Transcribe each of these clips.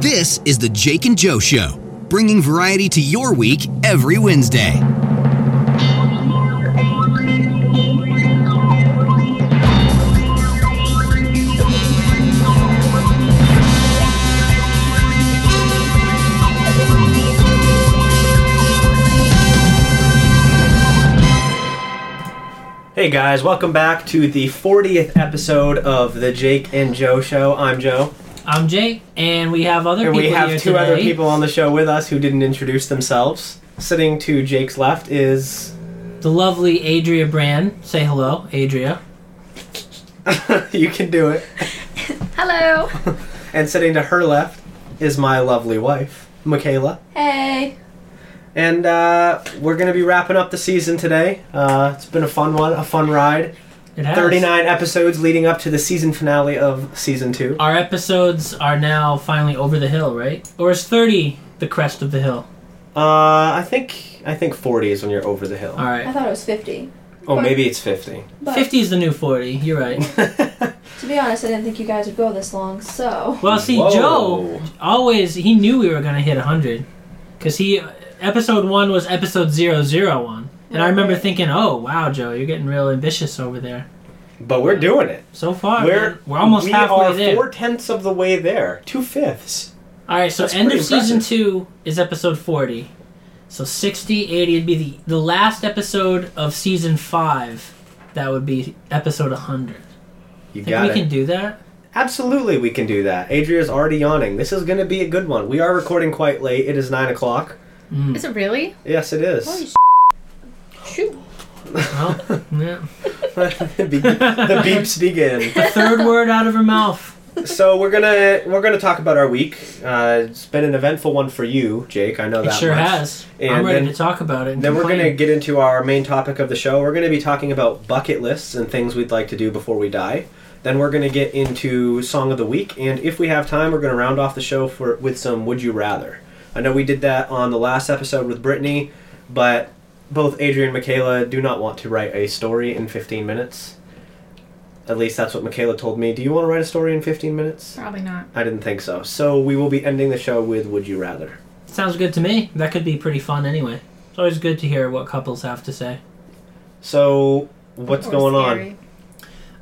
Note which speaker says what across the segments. Speaker 1: This is the Jake and Joe Show, bringing variety to your week every Wednesday.
Speaker 2: Hey guys, welcome back to the 40th episode of the Jake and Joe Show. I'm Joe,
Speaker 3: I'm Jake, and we have other
Speaker 2: and
Speaker 3: people
Speaker 2: we have
Speaker 3: here
Speaker 2: two
Speaker 3: today.
Speaker 2: other people on the show with us who didn't introduce themselves. Sitting to Jake's left is
Speaker 3: The lovely Adria Brand. Say hello, Adria.
Speaker 2: you can do it,
Speaker 4: Hello.
Speaker 2: and sitting to her left is my lovely wife, Michaela.
Speaker 4: Hey.
Speaker 2: And uh, we're gonna be wrapping up the season today. Uh, it's been a fun one, a fun ride.
Speaker 3: It has.
Speaker 2: 39 episodes leading up to the season finale of season two.
Speaker 3: Our episodes are now finally over the hill, right? Or is 30 the crest of the hill?
Speaker 2: Uh, I think I think 40 is when you're over the hill.
Speaker 3: All
Speaker 4: I
Speaker 3: right.
Speaker 4: thought it was 50.
Speaker 2: Oh, maybe it's 50.
Speaker 4: But
Speaker 3: 50 is the new 40. You're right.
Speaker 4: to be honest, I didn't think you guys would go this long, so.
Speaker 3: Well, see,
Speaker 2: Whoa.
Speaker 3: Joe always he knew we were gonna hit 100 because he episode one was episode 001. And I remember
Speaker 4: Right.
Speaker 3: thinking, oh, wow, Joe, you're getting real ambitious over there.
Speaker 2: But we're doing it.
Speaker 3: So far,
Speaker 2: We're
Speaker 3: man, we're almost
Speaker 2: we
Speaker 3: halfway
Speaker 2: are
Speaker 3: there.
Speaker 2: Four tenths of the way there. Two fifths.
Speaker 3: All right, so
Speaker 2: That's
Speaker 3: end of
Speaker 2: pretty
Speaker 3: season
Speaker 2: impressive.
Speaker 3: two is episode 40. So 60, 80 would be the, the last episode of season five. That would be episode 100.
Speaker 2: You
Speaker 3: Think
Speaker 2: got
Speaker 3: we
Speaker 2: it.
Speaker 3: can do that?
Speaker 2: Absolutely, we can do that. Adria's already yawning. This is going to be a good one. We are recording quite late. It is nine o'clock.
Speaker 5: Is it really?
Speaker 2: Yes, it
Speaker 4: Holy
Speaker 2: is.
Speaker 4: sh- Shoot.
Speaker 3: Well, yeah.
Speaker 2: the, be- the beeps begin.
Speaker 3: The third word out of her mouth.
Speaker 2: So we're gonna we're gonna talk about our week. Uh, it's been an eventful one for you, Jake. I know
Speaker 3: It
Speaker 2: that.
Speaker 3: sure
Speaker 2: much.
Speaker 3: has.
Speaker 2: And
Speaker 3: I'm ready
Speaker 2: then-
Speaker 3: to talk about it. and
Speaker 2: Then we're going to
Speaker 3: complain.
Speaker 2: get into our main topic of the show. We're going to be talking about bucket lists and things we'd like to do before we die. Then we're going to get into song of the week, and if we have time, we're going to round off the show for with some would you rather. I know we did that on the last episode with Brittany, but both Adrian and Michaela do not want to write a story in 15 minutes. At least that's what Michaela told me. Do you want to write a story in 15 minutes?
Speaker 5: Probably not.
Speaker 2: I didn't think so. So we will be ending the show with would you rather.
Speaker 3: Sounds good to me. That could be pretty fun anyway. It's always good to hear what couples have to say.
Speaker 2: So what's
Speaker 5: Or
Speaker 2: going on?
Speaker 5: scary.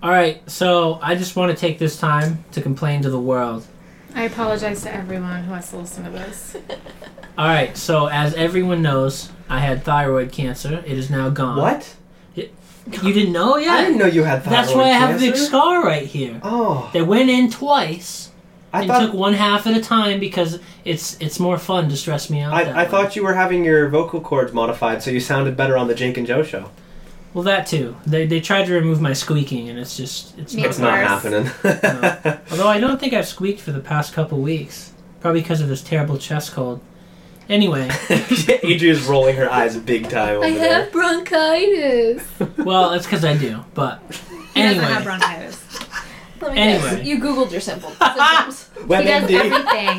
Speaker 3: All right, so I just want to take this time to complain to the world.
Speaker 5: I apologize to everyone who has to listen to this.
Speaker 3: All right, so as everyone knows, I had thyroid cancer. It is now gone.
Speaker 2: What?
Speaker 3: You didn't know yet?
Speaker 2: I didn't know you had thyroid
Speaker 3: That's why I have a big
Speaker 2: cancer.
Speaker 3: scar right here.
Speaker 2: Oh,
Speaker 3: They went in twice
Speaker 2: I
Speaker 3: and
Speaker 2: thought
Speaker 3: took one half at a time because it's it's more fun to stress me out. that
Speaker 2: I, I
Speaker 3: way.
Speaker 2: thought you were having your vocal cords modified so you sounded better on the Jake and Joe show.
Speaker 3: Well, that too. They, they tried to remove my squeaking and it's just it's
Speaker 5: Yeah.
Speaker 3: not.
Speaker 2: It's not
Speaker 5: worse.
Speaker 2: happening.
Speaker 3: Although I don't think I've squeaked for the past couple weeks, probably because of this terrible chest cold. Anyway,
Speaker 2: Adria's rolling her eyes big time over
Speaker 4: I
Speaker 2: there.
Speaker 4: have bronchitis.
Speaker 3: well, that's because I do. But
Speaker 5: He doesn't have
Speaker 3: anyway,
Speaker 5: bronchitis.
Speaker 4: Let me
Speaker 3: Anyway.
Speaker 4: guess. You Googled your simple symptoms.
Speaker 5: He does
Speaker 2: WebMD.
Speaker 5: everything.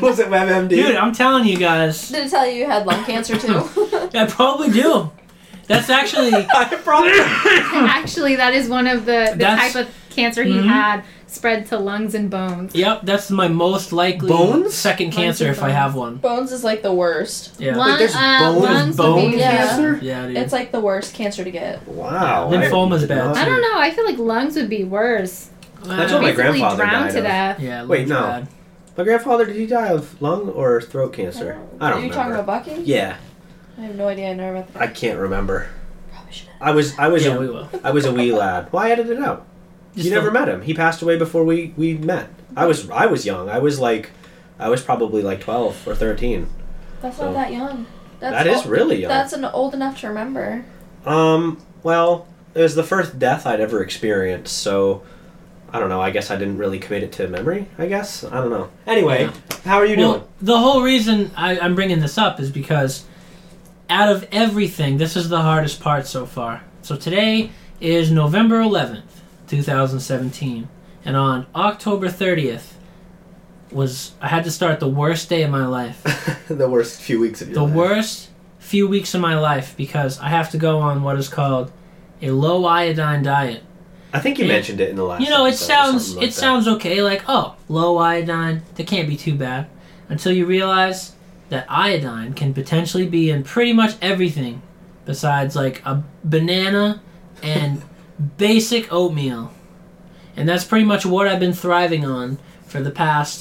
Speaker 2: Was it WebMD?
Speaker 3: dude, I'm telling you guys,
Speaker 4: Did it tell you you had lung cancer too?
Speaker 3: I probably do. That's actually
Speaker 2: I probably.
Speaker 5: Actually, that is one of the, the
Speaker 3: That's-
Speaker 5: type of cancer he
Speaker 2: Mm-hmm.
Speaker 3: Mhm.
Speaker 5: had spread to lungs and bones.
Speaker 3: Yep, that's my most likely
Speaker 2: Bones?
Speaker 3: second
Speaker 5: Lungs
Speaker 3: cancer
Speaker 5: and
Speaker 3: if I
Speaker 5: bones.
Speaker 3: have one.
Speaker 4: Bones is like the worst.
Speaker 3: Yeah.
Speaker 5: Lung-
Speaker 2: there's
Speaker 5: uh,
Speaker 2: bone-
Speaker 5: lungs would
Speaker 3: bone
Speaker 5: be-
Speaker 4: cancer?
Speaker 3: Yeah, dude.
Speaker 4: It's like the worst cancer to get.
Speaker 2: Wow.
Speaker 3: Lymphoma's
Speaker 2: I did
Speaker 3: bad,
Speaker 2: not-
Speaker 5: I don't know. I feel like lungs would be worse.
Speaker 2: That's what my
Speaker 5: Basically
Speaker 2: grandfather
Speaker 5: drowned
Speaker 2: died
Speaker 5: to
Speaker 2: of.
Speaker 5: death.
Speaker 3: Yeah,
Speaker 2: Wait,
Speaker 3: lungs
Speaker 2: no.
Speaker 3: bad.
Speaker 2: My grandfather, did he die of lung or throat cancer? I don't
Speaker 4: Are you
Speaker 2: remember.
Speaker 4: talking about bucking?
Speaker 2: yeah,
Speaker 4: I have no idea. I never met the
Speaker 2: I can't remember.
Speaker 4: Probably should have.
Speaker 2: I was I was
Speaker 3: Yeah,
Speaker 2: a
Speaker 3: we will.
Speaker 2: I was a wee lad. Why edit it out?
Speaker 3: Just
Speaker 2: you never
Speaker 3: the-
Speaker 2: met him. He passed away before we we met. I was I was young. I was like, I was probably like twelve or thirteen.
Speaker 4: That's
Speaker 2: So-
Speaker 4: not that young. That's
Speaker 2: That is
Speaker 4: old-
Speaker 2: really young.
Speaker 4: That's an old enough to remember.
Speaker 2: Um. Well, it was the first death I'd ever experienced. So, I don't know. I guess I didn't really commit it to memory. I guess I don't know. Anyway, how are you
Speaker 3: well,
Speaker 2: doing?
Speaker 3: the whole reason I, I'm bringing this up is because out of everything, this is the hardest part so far. So today is November 11th, 2017, and on October 30th was I had to start the worst day of my life.
Speaker 2: the worst few weeks of your
Speaker 3: the
Speaker 2: life.
Speaker 3: worst few weeks of my life because I have to go on what is called a low iodine diet.
Speaker 2: I think you
Speaker 3: Yeah.
Speaker 2: mentioned it in the last.
Speaker 3: You know, it
Speaker 2: episode or
Speaker 3: sounds
Speaker 2: something
Speaker 3: it
Speaker 2: like that.
Speaker 3: sounds okay. Like, oh, low iodine, that can't be too bad. until you realize that iodine can potentially be in pretty much everything besides like a banana and basic oatmeal. And that's pretty much what I've been thriving on for the past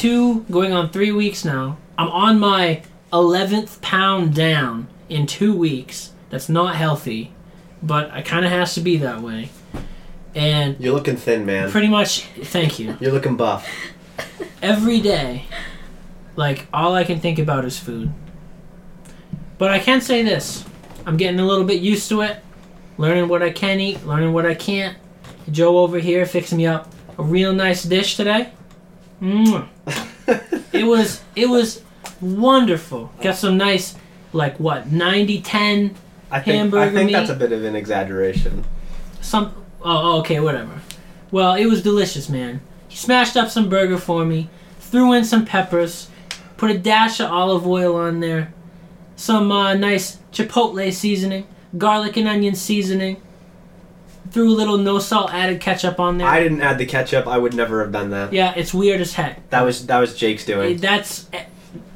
Speaker 3: two, going on three weeks now. I'm on my 11th pound down in two weeks. That's not healthy, but it kind of has to be that way. And
Speaker 2: You're looking thin, man.
Speaker 3: pretty much, thank you
Speaker 2: You're looking buff.
Speaker 3: every day, like all I can think about is food. But I can say this: I'm getting a little bit used to it, learning what I can eat, learning what I can't. Joe over here fixed me up a real nice dish today. Mwah. it was it was wonderful. Got some nice like what 90 10
Speaker 2: I think I
Speaker 3: Hamburger
Speaker 2: think that's
Speaker 3: meat.
Speaker 2: a bit of an exaggeration.
Speaker 3: some oh oh, okay whatever well it was delicious man he smashed up some burger for me threw in some peppers put a dash of olive oil on there some uh, nice chipotle seasoning garlic and onion seasoning threw a little no salt added ketchup on there
Speaker 2: I didn't add the ketchup. I would never have done that.
Speaker 3: yeah it's weird as heck
Speaker 2: That was that was Jake's
Speaker 3: Eh,
Speaker 2: doing.
Speaker 3: that's eh,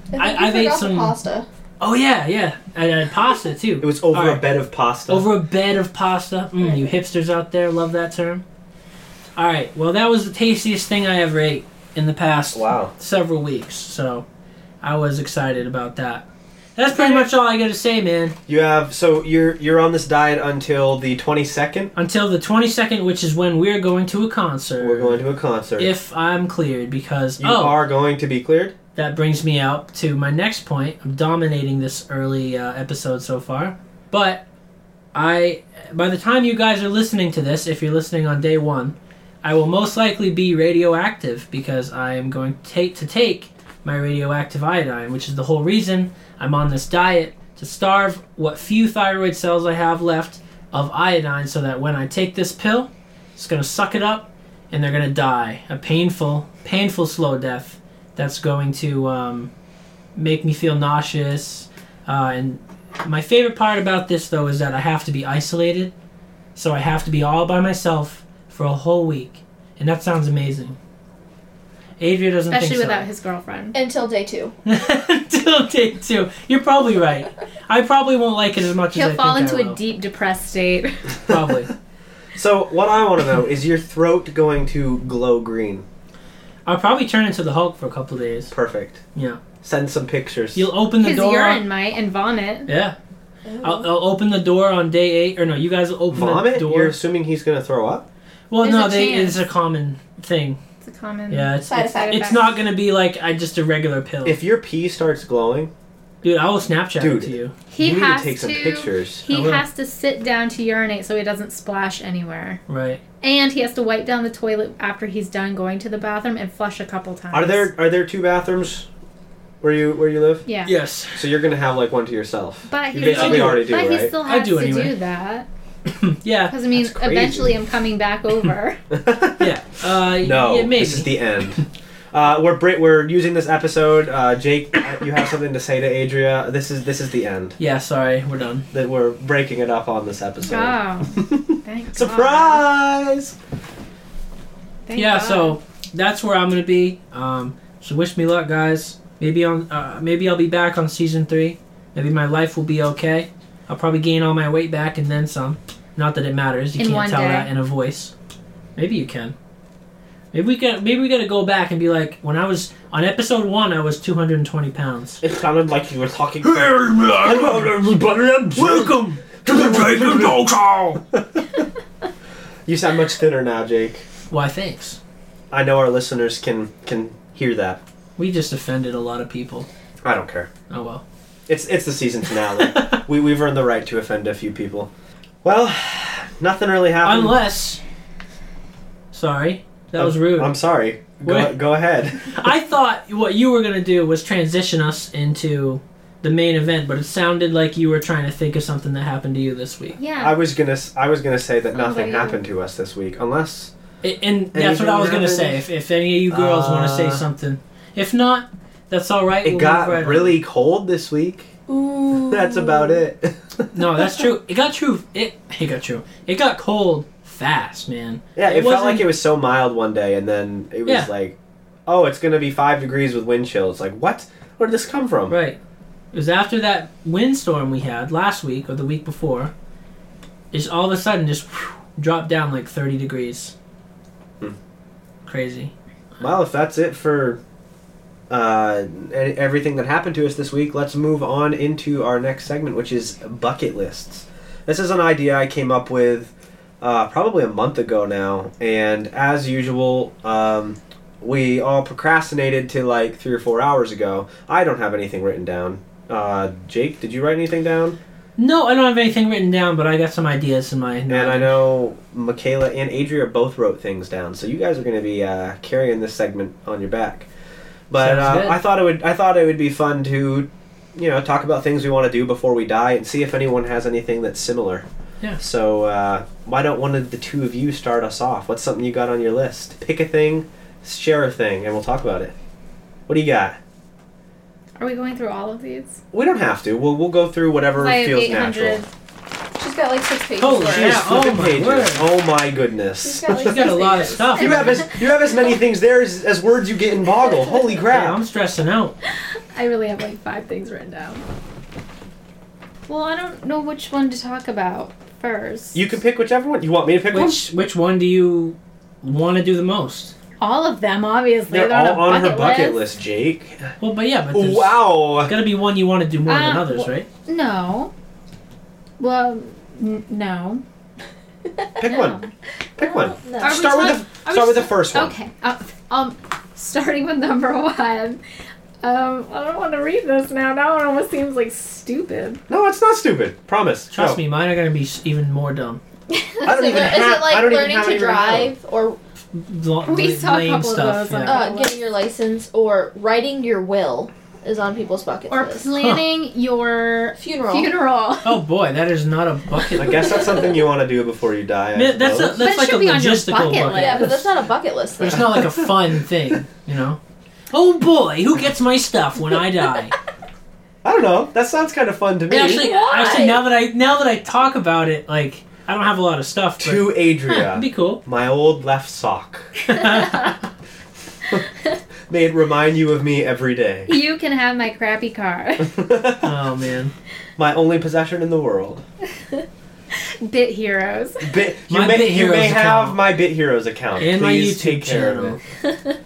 Speaker 4: think
Speaker 3: I-
Speaker 4: you
Speaker 3: I've ate
Speaker 4: forgot the
Speaker 3: some-
Speaker 4: pasta.
Speaker 3: oh yeah yeah and uh, pasta too
Speaker 2: It was over
Speaker 3: All
Speaker 2: a
Speaker 3: right.
Speaker 2: bed of pasta.
Speaker 3: Over a bed of pasta. Mm, you hipsters out there love that term. All right. Well, that was the tastiest thing I ever ate in the past
Speaker 2: Wow.
Speaker 3: several weeks. So I was excited about that. That's pretty much all I got to say, man.
Speaker 2: You have so you're you're on this diet until the 22nd.
Speaker 3: Until the 22nd, which is when we're going to a concert.
Speaker 2: We're going to a concert.
Speaker 3: If I'm cleared, because
Speaker 2: you
Speaker 3: oh,
Speaker 2: are going to be cleared.
Speaker 3: that brings me out to my next point. I'm dominating this early uh, episode so far, but I, by the time you guys are listening to this, if you're listening on day one, I will most likely be radioactive because I am going to take to take my radioactive iodine, which is the whole reason I'm on this diet to starve what few thyroid cells I have left of iodine, so that when I take this pill, it's gonna suck it up, and they're gonna die a painful, painful slow death that's going to um, make me feel nauseous. Uh, and my favorite part about this, though, is that I have to be isolated. So I have to be all by myself for a whole week. And that sounds amazing. Adria doesn't
Speaker 5: Especially
Speaker 3: think
Speaker 5: without
Speaker 3: so.
Speaker 5: his girlfriend.
Speaker 4: Until day two.
Speaker 3: Until day two. You're probably right. I probably won't like it as much as
Speaker 5: He'll
Speaker 3: I
Speaker 5: fall
Speaker 3: think I
Speaker 5: into a
Speaker 3: will.
Speaker 5: deep depressed state.
Speaker 3: Probably.
Speaker 2: So what I want to know is your throat going to glow green?
Speaker 3: I'll probably turn into the Hulk for a couple days.
Speaker 2: Perfect.
Speaker 3: Yeah.
Speaker 2: Send some pictures.
Speaker 3: You'll open the
Speaker 5: His
Speaker 3: door.
Speaker 5: urine might and vomit.
Speaker 3: Yeah. I'll, I'll open the door on day eight, or no, you guys will open the
Speaker 2: vomit.
Speaker 3: door.
Speaker 2: You're assuming he's going to throw up.
Speaker 3: Well,
Speaker 5: There's
Speaker 3: no,
Speaker 5: a
Speaker 3: they,
Speaker 5: chance. Mm-hmm.
Speaker 3: it's a common thing.
Speaker 5: It's a common.
Speaker 3: Yeah, it's,
Speaker 4: Side
Speaker 3: it's,
Speaker 4: effect.
Speaker 3: it's not gonna be like I just a regular pill.
Speaker 2: If your pee starts glowing,
Speaker 3: Dude, I will Snapchat
Speaker 2: Dude.
Speaker 3: it to you.
Speaker 5: He
Speaker 2: you need
Speaker 5: has
Speaker 2: to take some pictures.
Speaker 3: I
Speaker 5: He
Speaker 3: will.
Speaker 5: has to sit down to urinate so he doesn't splash anywhere.
Speaker 3: Right.
Speaker 5: And he has to wipe down the toilet after he's done going to the bathroom and flush a couple times.
Speaker 2: Are there are there two bathrooms where you where you live?
Speaker 5: Yeah.
Speaker 3: Yes.
Speaker 2: So you're going to have like one to yourself.
Speaker 5: But he
Speaker 2: you basically
Speaker 3: still-
Speaker 2: already do,
Speaker 5: but
Speaker 2: right?
Speaker 5: he still
Speaker 3: I
Speaker 5: has
Speaker 3: do
Speaker 5: to
Speaker 3: anyway.
Speaker 5: do that.
Speaker 3: Yeah.
Speaker 5: Because, I mean,
Speaker 2: That's crazy.
Speaker 5: eventually I'm coming back over.
Speaker 3: Yeah. Uh,
Speaker 2: No,
Speaker 3: yeah, maybe.
Speaker 2: this is the end. Uh, we're bri- we're using this episode. Uh, Jake, you have something to say to Adria. This is this is the end.
Speaker 3: yeah. Sorry, we're done.
Speaker 2: That we're breaking it up on this episode.
Speaker 5: oh. Thank God.
Speaker 2: Surprise!
Speaker 5: Thank
Speaker 3: yeah.
Speaker 5: God.
Speaker 3: So that's where I'm gonna be. Um, so wish me luck, guys. Maybe on. Uh, maybe I'll be back on season three. Maybe my life will be okay. I'll probably gain all my weight back and then some. Not that it matters. You
Speaker 5: In
Speaker 3: can't
Speaker 5: one
Speaker 3: tell
Speaker 5: day.
Speaker 3: that in a voice. Maybe you can. Maybe we got. Maybe we got to go back and be like, when I was on episode one, I was 220 pounds.
Speaker 2: It sounded like you were talking.
Speaker 1: Welcome to the Dragon Dog Show.
Speaker 2: You sound much thinner now, Jake.
Speaker 3: Why? Thanks.
Speaker 2: I know our listeners can can hear that.
Speaker 3: We just offended a lot of people.
Speaker 2: I don't care.
Speaker 3: Oh well.
Speaker 2: It's it's the season finale. we we've earned the right to offend a few people. Well, nothing really happened.
Speaker 3: Unless. Sorry, that was rude.
Speaker 2: I'm sorry. Go,
Speaker 3: Wait.
Speaker 2: go ahead.
Speaker 3: I thought what you were gonna do was transition us into the main event, but it sounded like you were trying to think of something that happened to you this week.
Speaker 5: Yeah.
Speaker 2: I was gonna s- I was gonna say that
Speaker 5: about
Speaker 2: nothing
Speaker 5: you?
Speaker 2: happened to us this week, unless
Speaker 3: I- and that's
Speaker 2: Anything
Speaker 3: what I was gonna
Speaker 2: happened?
Speaker 3: say. If, if any of you girls want to say
Speaker 2: Uh,
Speaker 3: something, if not, that's all right.
Speaker 2: It
Speaker 3: we'll
Speaker 2: got
Speaker 3: move right on.
Speaker 2: really cold this week.
Speaker 4: Ooh.
Speaker 2: That's about it.
Speaker 3: no, that's true. It got true. It it got true. It got cold fast, man.
Speaker 2: yeah, it, felt
Speaker 3: wasn't-
Speaker 2: like it was so mild one day, and then it was
Speaker 3: Yeah.
Speaker 2: like oh, it's gonna be five degrees with wind chill. It's like, what? Where did this come from?
Speaker 3: Right. It was after that windstorm we had last week or the week before. It's all of a sudden just whew, dropped down like 30 degrees.
Speaker 2: Hmm.
Speaker 3: Crazy.
Speaker 2: Well, if that's it for uh, e- everything that happened to us this week, let's move on into our next segment, which is bucket lists. This is an idea I came up with uh, probably a month ago now, and as usual, um, we all procrastinated to like three or four hours ago. I don't have anything written down. Uh, Jake, did you write anything down?
Speaker 3: No, I don't have anything written down, but I got some ideas in my.
Speaker 2: And I know Michaela and Adria both wrote things down, so you guys are going to be uh, carrying this segment on your back. But
Speaker 3: Sounds
Speaker 2: uh,
Speaker 3: good.
Speaker 2: I thought it would I thought it would be fun to, you know, talk about things we want to do before we die and see if anyone has anything that's similar.
Speaker 3: Yeah.
Speaker 2: So uh, why don't one of the two of you start us off? What's something you got on your list? Pick a thing, share a thing, and we'll talk about it. What do you got?
Speaker 5: Are we going through all of these?
Speaker 2: We don't have to. We'll we'll go through whatever
Speaker 5: I have
Speaker 2: feels
Speaker 5: 800.
Speaker 2: natural.
Speaker 4: She's got like six pages.
Speaker 3: Holy
Speaker 4: worth.
Speaker 3: shit.
Speaker 2: Jeez,
Speaker 3: oh
Speaker 2: flipping
Speaker 3: my
Speaker 2: pages.
Speaker 3: word.
Speaker 2: Oh my goodness.
Speaker 4: She's got like
Speaker 3: She's got
Speaker 4: six
Speaker 3: a lot of
Speaker 4: pages.
Speaker 3: stuff.
Speaker 2: You have as you have as many things there as, as words you get in Boggle. Holy
Speaker 3: Yeah, I'm
Speaker 2: crap!
Speaker 3: stressing out.
Speaker 5: I really have like five things written down. Well, I don't know which one to talk about first.
Speaker 2: You can pick whichever one you want me to pick.
Speaker 3: Which which one do you want to do the most?
Speaker 5: all of them, obviously.
Speaker 2: one? They're all on,
Speaker 5: a
Speaker 2: her bucket list, Jake.
Speaker 3: Well, but yeah, but there's
Speaker 2: Wow.
Speaker 3: got to be one you want to do more than
Speaker 5: Uh,
Speaker 3: others,
Speaker 5: well-
Speaker 3: right?
Speaker 5: No. Well, n- no.
Speaker 2: Pick one. Pick one.
Speaker 4: No.
Speaker 5: Are we
Speaker 2: Start with
Speaker 5: talk-
Speaker 2: the
Speaker 5: are we
Speaker 2: start with the
Speaker 5: sta-
Speaker 2: first one.
Speaker 5: Okay. Uh, um, starting with number one. Um, I don't want to read this now. That one almost seems like stupid.
Speaker 2: No, it's not stupid. Promise.
Speaker 3: Trust
Speaker 2: Go.
Speaker 3: me, mine are going to be s- even more dumb.
Speaker 2: I don't
Speaker 4: Is it
Speaker 2: even
Speaker 4: le-
Speaker 2: have.
Speaker 4: is it like
Speaker 2: I don't even
Speaker 4: learning
Speaker 2: have
Speaker 4: to
Speaker 2: any right now.
Speaker 4: drive or
Speaker 3: Bl-
Speaker 5: We saw a
Speaker 3: lame
Speaker 5: couple of
Speaker 3: stuff.
Speaker 5: those on
Speaker 3: yeah.
Speaker 5: our-
Speaker 4: uh, getting your license or writing your will is on people's bucket
Speaker 5: Or
Speaker 4: list?
Speaker 5: planning your
Speaker 4: Funeral.
Speaker 5: funeral.
Speaker 3: Oh boy, that is not a bucket.
Speaker 2: I guess that's something you want to do before you die. I
Speaker 3: Man, that's a,
Speaker 2: suppose.
Speaker 5: But
Speaker 3: that's
Speaker 5: it
Speaker 3: like a
Speaker 5: should be on your
Speaker 3: logistical
Speaker 5: bucket
Speaker 3: bucket.
Speaker 5: list.
Speaker 4: Yeah, but that's not a bucket
Speaker 3: But
Speaker 4: list thing.
Speaker 3: it's not like a fun thing, you know. Oh boy, who gets my stuff when I die?
Speaker 2: I don't know. That sounds kind of fun to me.
Speaker 3: actually,
Speaker 4: Why?
Speaker 3: actually, now that I now that I talk about it, like I don't have a lot of stuff. But,
Speaker 2: to
Speaker 3: huh,
Speaker 2: Adria,
Speaker 3: it'd be cool. Oh,
Speaker 2: my old left sock.
Speaker 3: yeah,
Speaker 2: May it remind you of me every day.
Speaker 5: You can have my crappy car.
Speaker 3: Oh, man.
Speaker 2: my only possession in the world.
Speaker 5: Bit heroes.
Speaker 2: Bit, you
Speaker 3: My
Speaker 2: may,
Speaker 3: Bit
Speaker 2: you may
Speaker 3: Heroes
Speaker 2: have
Speaker 3: account.
Speaker 2: my Bit Heroes account.
Speaker 3: And my
Speaker 2: Please
Speaker 3: YouTube
Speaker 2: take care of
Speaker 3: channel.
Speaker 2: it.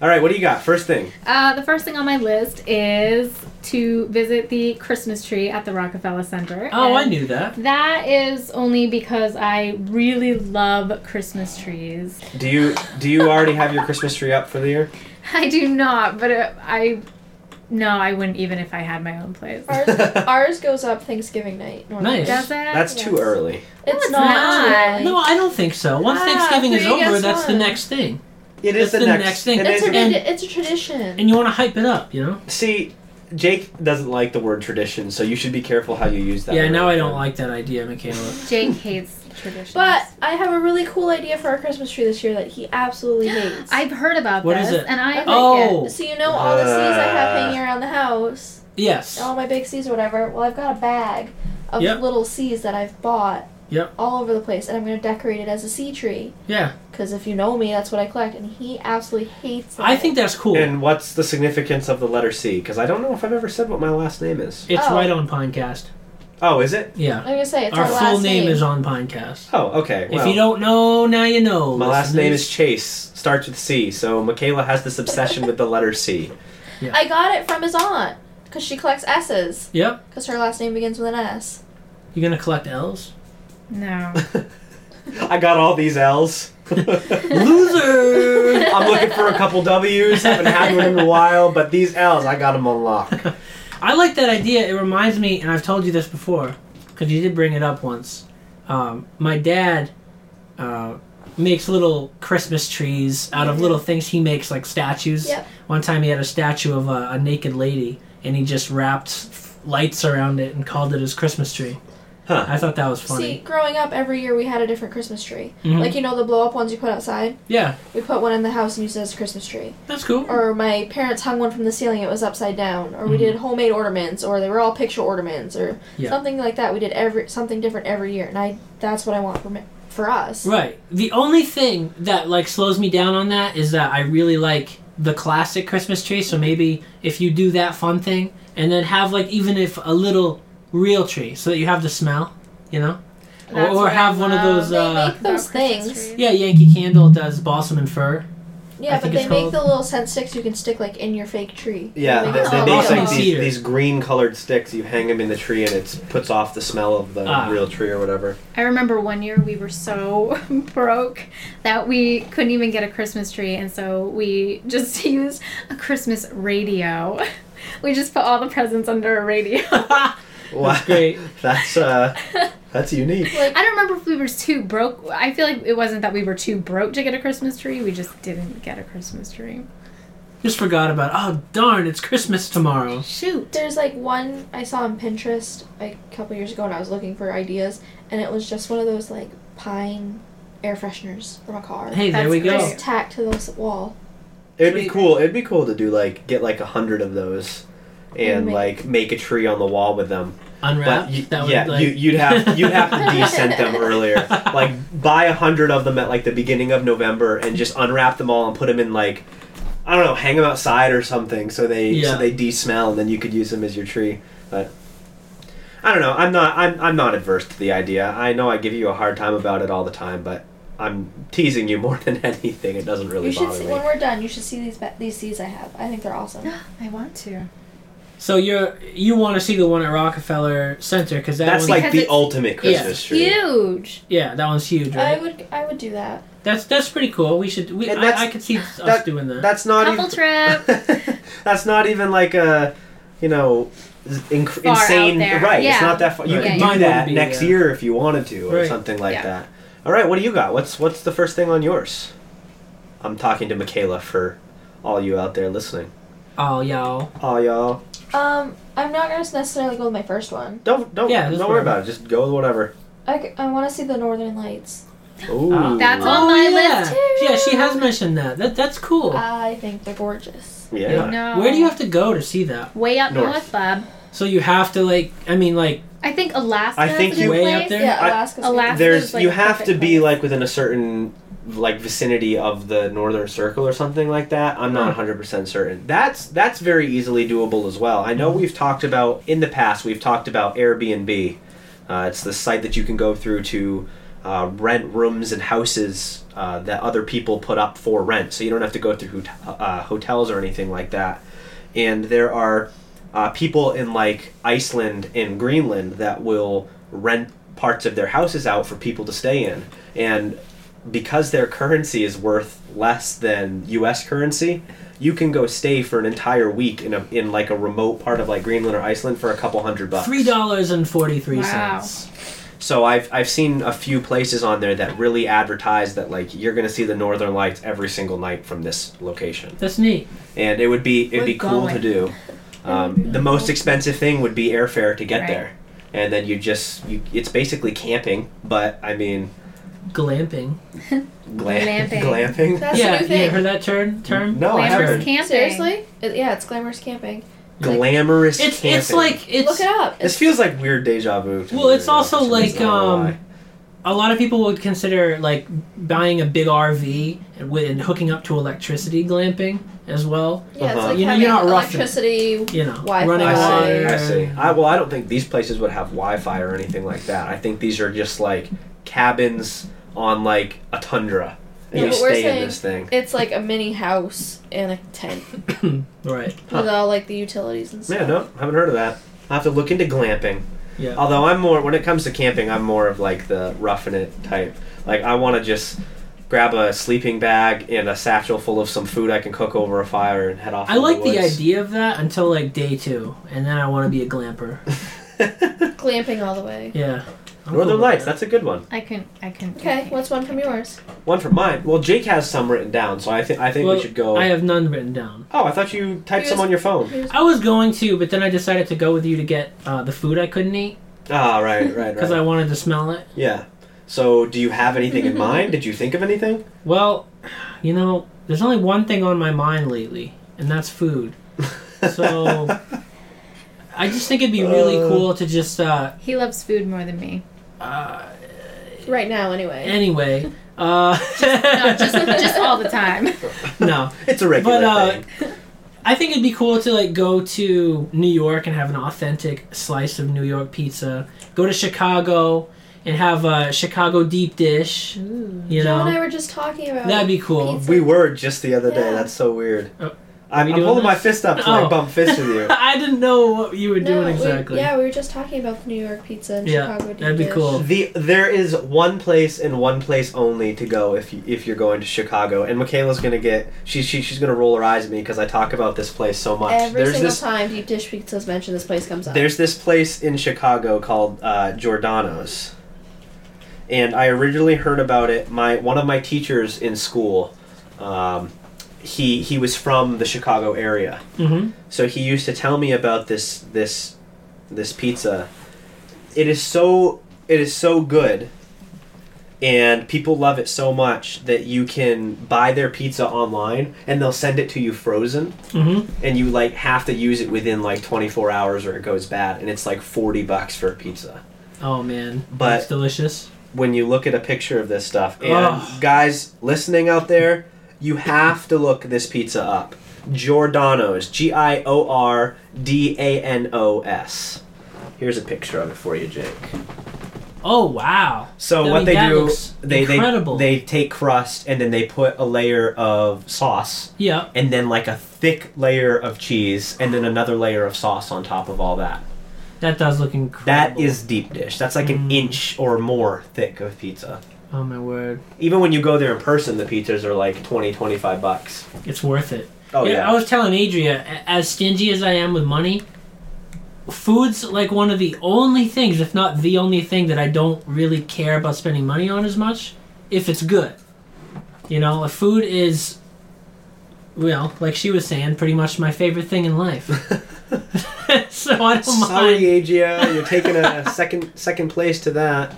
Speaker 2: All right, what do you got? First thing.
Speaker 5: Uh, the first thing on my list is to visit the Christmas tree at the Rockefeller Center.
Speaker 3: Oh, I
Speaker 5: And
Speaker 3: knew that.
Speaker 5: That is only because I really love Christmas trees.
Speaker 2: Do you do you already have your Christmas tree up for the year?
Speaker 5: I do not, but it, I. No, I wouldn't even if I had my own place.
Speaker 4: ours, ours goes up Thanksgiving night. Normally.
Speaker 3: Nice.
Speaker 5: Does it?
Speaker 2: That's too
Speaker 4: Yes.
Speaker 2: early.
Speaker 4: It's,
Speaker 5: it's
Speaker 4: not.
Speaker 5: not.
Speaker 4: too
Speaker 3: No,
Speaker 4: early.
Speaker 3: I don't think so. Once
Speaker 5: Ah,
Speaker 3: Thanksgiving is
Speaker 5: see,
Speaker 3: over,
Speaker 5: guess
Speaker 3: that's the
Speaker 5: what?
Speaker 3: next thing,
Speaker 2: It is
Speaker 3: That's the
Speaker 2: next
Speaker 3: next thing.
Speaker 2: it
Speaker 4: It's
Speaker 2: is-
Speaker 4: a,
Speaker 3: And-
Speaker 4: tradi- it's a tradition.
Speaker 3: and you want to hype it up, you know?
Speaker 2: see, Jake doesn't like the word tradition, so you should be careful how you use that.
Speaker 3: yeah.
Speaker 2: word.
Speaker 3: Now I don't like that idea, Michaela.
Speaker 5: Jake hates traditions.
Speaker 4: but I have a really cool idea for our Christmas tree this year that he absolutely hates.
Speaker 5: I've heard about
Speaker 3: What
Speaker 5: this,
Speaker 3: is it?
Speaker 5: and I like
Speaker 3: Oh.
Speaker 5: it.
Speaker 4: so you know all the C's I have hanging around the house,
Speaker 3: Yes.
Speaker 5: Oh.
Speaker 4: all my big C's or whatever. Well, I've got a bag of
Speaker 3: Yep.
Speaker 4: little C's that I've bought
Speaker 3: Yep.
Speaker 4: all over the place, and I'm gonna decorate it as a C tree.
Speaker 3: Yeah.
Speaker 4: Because if you know me, that's what I collect, and he absolutely hates.
Speaker 3: I think that's cool.
Speaker 2: And what's the significance of the letter C? Because I don't know if I've ever said what my last name is.
Speaker 3: it's
Speaker 4: Oh.
Speaker 3: right on Pinecast.
Speaker 2: Oh, is it?
Speaker 3: Yeah.
Speaker 4: I'm gonna say it's
Speaker 3: Our
Speaker 4: our,
Speaker 3: full
Speaker 4: last
Speaker 3: name is on Pinecast.
Speaker 2: Oh, okay.
Speaker 3: if
Speaker 2: well,
Speaker 3: you don't know, now you know.
Speaker 2: my last name is
Speaker 3: listeners.
Speaker 2: Chase. Starts with C. So Michaela has this obsession with the letter C.
Speaker 4: I got it from his aunt because she collects S's
Speaker 3: Yep.
Speaker 4: because her last name begins with an S.
Speaker 3: You gonna collect L's?
Speaker 5: No.
Speaker 2: I got all these L's.
Speaker 3: Loser.
Speaker 2: I'm looking for a couple W's. Haven't had one in a while, but these L's, I got them on lock.
Speaker 3: I like that idea. It reminds me, and I've told you this before, because you did bring it up once. Um, my dad uh, makes little Christmas trees out of little things he makes, like statues.
Speaker 4: Yep.
Speaker 3: One time he had a statue of a, a naked lady, and he just wrapped f- lights around it and called it his Christmas tree.
Speaker 2: Huh.
Speaker 3: I thought that was
Speaker 4: See,
Speaker 3: funny.
Speaker 4: growing up, every year we had a different Christmas tree.
Speaker 3: Mhm.
Speaker 4: Like you know the blow up ones you put outside.
Speaker 3: yeah,
Speaker 4: We put one in the house and used it as a Christmas tree.
Speaker 3: that's cool.
Speaker 4: Or my parents hung one from the ceiling; it was upside down. Or we
Speaker 3: Mhm.
Speaker 4: did homemade ornaments, or they were all picture ornaments, or
Speaker 3: Yeah.
Speaker 4: something like that. We did every something different every year, and I that's what I want for me, for us.
Speaker 3: Right. The only thing that like slows me down on that is that I really like the classic Christmas tree. So maybe if you do that fun thing, and then have like even if a little real tree, so that you have the smell, you know, or,
Speaker 5: That's
Speaker 3: or
Speaker 5: what I
Speaker 3: have one of
Speaker 5: love.
Speaker 3: those.
Speaker 4: They
Speaker 3: Uh,
Speaker 4: make those
Speaker 5: Christmas
Speaker 4: things.
Speaker 5: tree.
Speaker 3: yeah, Yankee Candle does balsam and fir. I
Speaker 4: Yeah, but
Speaker 3: think
Speaker 4: they
Speaker 3: it's
Speaker 4: make
Speaker 3: called-
Speaker 4: the little scent sticks you can stick like in your fake tree.
Speaker 2: Yeah,
Speaker 4: Like,
Speaker 2: they, they
Speaker 4: oh,
Speaker 2: make
Speaker 4: awesome.
Speaker 2: like these,
Speaker 3: Cedar.
Speaker 2: these green colored sticks. You hang them in the tree, and it puts off the smell of the
Speaker 3: Ah.
Speaker 2: real tree or whatever.
Speaker 5: I remember one year we were so broke that we couldn't even get a Christmas tree, and so we just used a Christmas radio. We just put all the presents under a radio. I
Speaker 2: Wow,
Speaker 3: great.
Speaker 2: that's uh, that's unique.
Speaker 5: don't remember if we were too broke. I feel like it wasn't that we were too broke to get a Christmas tree. We just didn't get a Christmas tree.
Speaker 3: Just forgot about. Oh darn! It's Christmas tomorrow.
Speaker 5: Shoot.
Speaker 4: There's like one I saw on Pinterest like, a couple years ago, and I was looking for ideas, and it was just one of those like pine air fresheners from a car.
Speaker 3: Hey, there
Speaker 5: That's
Speaker 3: we go.
Speaker 5: great.
Speaker 4: Just tacked to this wall.
Speaker 2: It'd be cool. It'd be cool to do like get like a hundred of those, and
Speaker 4: And make-
Speaker 2: like make a tree on the wall with them.
Speaker 3: Unwrap.
Speaker 2: But you,
Speaker 3: that would
Speaker 2: yeah,
Speaker 3: like.
Speaker 2: you, you'd have you'd have to descent them earlier. Like buy a hundred of them at like the beginning of November and just unwrap them all and put them in like I don't know, hang them outside or something so they
Speaker 3: Yeah.
Speaker 2: so they de-smell and then you could use them as your tree. But I don't know. I'm not I'm I'm not adverse to the idea. I know I give you a hard time about it all the time, but I'm teasing you more than anything. It doesn't really
Speaker 4: You should
Speaker 2: bother
Speaker 4: see
Speaker 2: me.
Speaker 4: when we're done. You should see these ba- these seeds I have. I think they're awesome.
Speaker 5: I want to.
Speaker 3: so you're you want to see the one at Rockefeller Center because that
Speaker 2: That's
Speaker 3: one's,
Speaker 2: like
Speaker 5: Because
Speaker 2: the
Speaker 5: it's-
Speaker 2: ultimate
Speaker 3: Yeah.
Speaker 2: Christmas tree.
Speaker 5: Huge.
Speaker 3: yeah that one's huge right
Speaker 4: I would I would do that.
Speaker 3: that's that's pretty cool we should we
Speaker 2: And
Speaker 3: I,
Speaker 2: that's-
Speaker 3: I could see us
Speaker 2: that-
Speaker 3: doing that
Speaker 2: That's not
Speaker 5: Couple
Speaker 2: even
Speaker 5: trip.
Speaker 2: that's not even like a you know z- inc-
Speaker 5: Far out
Speaker 2: insane
Speaker 5: there.
Speaker 2: right
Speaker 5: Yeah.
Speaker 2: it's not that far you
Speaker 3: Right.
Speaker 2: could
Speaker 5: Yeah,
Speaker 2: do
Speaker 3: yeah.
Speaker 2: that
Speaker 3: Mine would be,
Speaker 2: next
Speaker 3: yeah.
Speaker 2: year if you wanted to or
Speaker 3: Right.
Speaker 2: something like
Speaker 5: Yeah.
Speaker 2: that all right what do you got what's what's the first thing on yours i'm talking to michaela for all you out there listening
Speaker 3: oh y'all
Speaker 2: all y'all
Speaker 4: Um, I'm not gonna necessarily go with my first one.
Speaker 2: don't don't
Speaker 3: Yeah,
Speaker 2: don't
Speaker 3: just
Speaker 2: worry
Speaker 3: whatever.
Speaker 2: about it just go with whatever
Speaker 4: I, c- I want to see the Northern Lights.
Speaker 2: Ooh.
Speaker 5: That's
Speaker 3: oh
Speaker 5: on my
Speaker 3: yeah
Speaker 5: list too.
Speaker 3: yeah she has mentioned that that that's cool
Speaker 4: I think they're gorgeous.
Speaker 2: yeah
Speaker 5: No.
Speaker 3: where do you have to go to see that
Speaker 5: Way up
Speaker 2: North.
Speaker 5: north, Bob.
Speaker 3: so you have to like I mean like
Speaker 5: I think Alaska.
Speaker 2: I think
Speaker 5: is a good
Speaker 2: you-
Speaker 3: Way
Speaker 5: place.
Speaker 3: up there?
Speaker 4: Yeah,
Speaker 2: I-
Speaker 4: Alaska's
Speaker 5: Alaska.
Speaker 2: there's
Speaker 5: is, like,
Speaker 2: you have to
Speaker 5: perfect
Speaker 2: be
Speaker 5: place.
Speaker 2: like within a certain like vicinity of the northern circle or something like that i'm not 100% certain that's that's very easily doable as well i know
Speaker 5: Mm-hmm.
Speaker 2: we've talked about in the past we've talked about airbnb uh, it's the site that you can go through to uh, rent rooms and houses uh, that other people put up for rent so you don't have to go through hot- uh, hotels or anything like that and there are uh, people in like Iceland and Greenland that will rent parts of their houses out for people to stay in. And because their currency is worth less than U.S. currency, you can go stay for an entire week in a in like a remote part of like Greenland or Iceland for a couple hundred bucks.
Speaker 3: three dollars and forty three
Speaker 5: Wow.
Speaker 3: cents
Speaker 2: So I've I've seen a few places on there that really advertise that like you're gonna see the Northern Lights every single night from this location
Speaker 3: that's neat
Speaker 2: and it would be it'd be
Speaker 5: We're
Speaker 2: cool to
Speaker 5: going.
Speaker 2: do. Um, the most expensive thing would be airfare to get
Speaker 5: Right.
Speaker 2: there, and then you just you, it's basically camping, but I mean
Speaker 3: glamping
Speaker 2: glam-
Speaker 5: Glamping.
Speaker 2: glamping.
Speaker 4: That's
Speaker 3: yeah
Speaker 4: a new
Speaker 3: you
Speaker 4: thing.
Speaker 3: heard that term term
Speaker 2: No, I
Speaker 5: Glamorous
Speaker 2: haven't.
Speaker 5: camping.
Speaker 4: Seriously? It- yeah, it's glamorous camping.
Speaker 2: Glamorous.
Speaker 3: it's
Speaker 2: camping.
Speaker 3: it's like it's
Speaker 4: Look it up.
Speaker 2: this feels like weird deja vu. to
Speaker 3: Well,
Speaker 2: me
Speaker 3: it's
Speaker 2: right now
Speaker 3: also
Speaker 2: for some
Speaker 3: like,
Speaker 2: reason, I don't know
Speaker 3: um,
Speaker 2: why.
Speaker 3: a lot of people would consider like buying a big RV and, with, and hooking up to electricity glamping as well.
Speaker 4: yeah, it's
Speaker 2: uh-huh.
Speaker 4: like
Speaker 3: You know,
Speaker 4: having
Speaker 3: you're not roughing it.
Speaker 4: electricity.
Speaker 3: You know,
Speaker 4: Wi-Fi.
Speaker 3: running
Speaker 2: I
Speaker 3: water.
Speaker 2: see. I see. I well, I don't think these places would have Wi-Fi or anything like that. I think these are just like cabins on like a tundra, and
Speaker 4: Yeah,
Speaker 2: you
Speaker 4: but we're
Speaker 2: stay in
Speaker 4: saying-
Speaker 2: this thing.
Speaker 4: It's like a mini house and a tent
Speaker 3: Right.
Speaker 2: Huh.
Speaker 4: with all like the utilities and stuff.
Speaker 2: Yeah, no, haven't heard of that. I will have to look into glamping.
Speaker 3: Yeah.
Speaker 2: Although I'm more when it comes to camping, I'm more of like the roughing it type. Like I want to just grab a sleeping bag and a satchel full of some food I can cook over a fire and head off.
Speaker 3: I
Speaker 2: into
Speaker 3: like the
Speaker 2: woods.
Speaker 3: idea of that until like day two, and then I want to be a glamper.
Speaker 4: Glamping all the way.
Speaker 3: Yeah. I'm cool
Speaker 2: Northern
Speaker 3: with
Speaker 2: Lights.
Speaker 3: that.
Speaker 2: That's a good one.
Speaker 5: I couldn't. I couldn't.
Speaker 4: Okay, what's one from yours?
Speaker 2: One from mine. Well, Jake has some written down, so I think I think
Speaker 3: Well,
Speaker 2: we should go.
Speaker 3: I have none written down.
Speaker 2: oh, I thought you typed some on your phone.
Speaker 4: Here's-
Speaker 3: I was going to, but then I decided to go with you to get uh, the food I couldn't eat
Speaker 2: Ah, right, right,
Speaker 3: because
Speaker 2: right.
Speaker 3: I wanted to smell it.
Speaker 2: Yeah. So, do you have anything in mind? Did you think of anything?
Speaker 3: Well, you know, there's only one thing on my mind lately, and that's food. So I just think it'd be really
Speaker 2: Uh.
Speaker 3: cool to just uh,
Speaker 5: He loves food more than me.
Speaker 3: uh
Speaker 4: Right now, anyway.
Speaker 3: anyway, Uh,
Speaker 5: No, just, just all the time.
Speaker 3: no.
Speaker 2: It's a regular
Speaker 3: But, uh,
Speaker 2: thing.
Speaker 3: I think it'd be cool to like go to New York and have an authentic slice of New York pizza. Go to Chicago and have a Chicago deep dish. You
Speaker 4: Joe and I
Speaker 3: know,
Speaker 4: were just talking about
Speaker 3: that'd be cool.
Speaker 4: pizza.
Speaker 2: We were just the other day.
Speaker 4: Yeah.
Speaker 2: That's so weird.
Speaker 3: Oh,
Speaker 2: I'm,
Speaker 3: we
Speaker 2: I'm
Speaker 3: doing
Speaker 2: holding my
Speaker 3: this?
Speaker 2: fist up to
Speaker 3: Oh.
Speaker 2: like bump fists with you.
Speaker 3: I didn't know what you were
Speaker 4: No,
Speaker 3: doing exactly.
Speaker 4: We, yeah, we were just talking about the New York pizza and
Speaker 3: Yeah,
Speaker 4: Chicago deep
Speaker 3: that'd be
Speaker 4: dish.
Speaker 3: cool.
Speaker 2: The there is one place and one place only to go if you, if you're going to Chicago. And Michaela's gonna get she, she she's gonna roll her eyes at me because I talk about this place so much.
Speaker 4: Every
Speaker 2: there's
Speaker 4: single
Speaker 2: this
Speaker 4: time deep dish pizza is mentioned, this place comes up.
Speaker 2: there's this place in Chicago called uh, Giordano's, and I originally heard about it. My one of my teachers in school, um, he he was from the Chicago area,
Speaker 3: Mm-hmm.
Speaker 2: so he used to tell me about this this this pizza. It is so it is so good and people love it so much that you can buy their pizza online and they'll send it to you frozen
Speaker 3: Mm-hmm.
Speaker 2: and you like have to use it within like 24 hours or it goes bad and it's like 40 bucks for a pizza.
Speaker 3: Oh man,
Speaker 2: But-
Speaker 3: that's delicious.
Speaker 2: When you look at a picture of this stuff and
Speaker 3: Ugh.
Speaker 2: guys listening out there, you have to look this pizza up. Giordano's, G I O R D A N O S. Here's a picture of it for you, Jake.
Speaker 3: Oh wow.
Speaker 2: So
Speaker 3: I
Speaker 2: what
Speaker 3: mean,
Speaker 2: they
Speaker 3: that
Speaker 2: do,
Speaker 3: looks
Speaker 2: they,
Speaker 3: incredible.
Speaker 2: they they take crust and then they put a layer of sauce
Speaker 3: yeah.
Speaker 2: and then like a thick layer of cheese and then another layer of sauce on top of all that.
Speaker 3: That does look incredible.
Speaker 2: That is deep dish. That's like an
Speaker 3: Mm.
Speaker 2: inch or more thick of pizza.
Speaker 3: Oh my word,
Speaker 2: Even when you go there in person, the pizzas are like 20, 25 bucks.
Speaker 3: it's worth it.
Speaker 2: Oh, yeah.
Speaker 3: I was telling Adria, a- as stingy as I am with money, food's like one of the only things, if not the only thing, that I don't really care about spending money on as much if it's good. You know, if food is, well, like she was saying, pretty much my favorite thing in life. so I don't
Speaker 2: Sorry,
Speaker 3: mind.
Speaker 2: Agia. You're taking a second second place to that.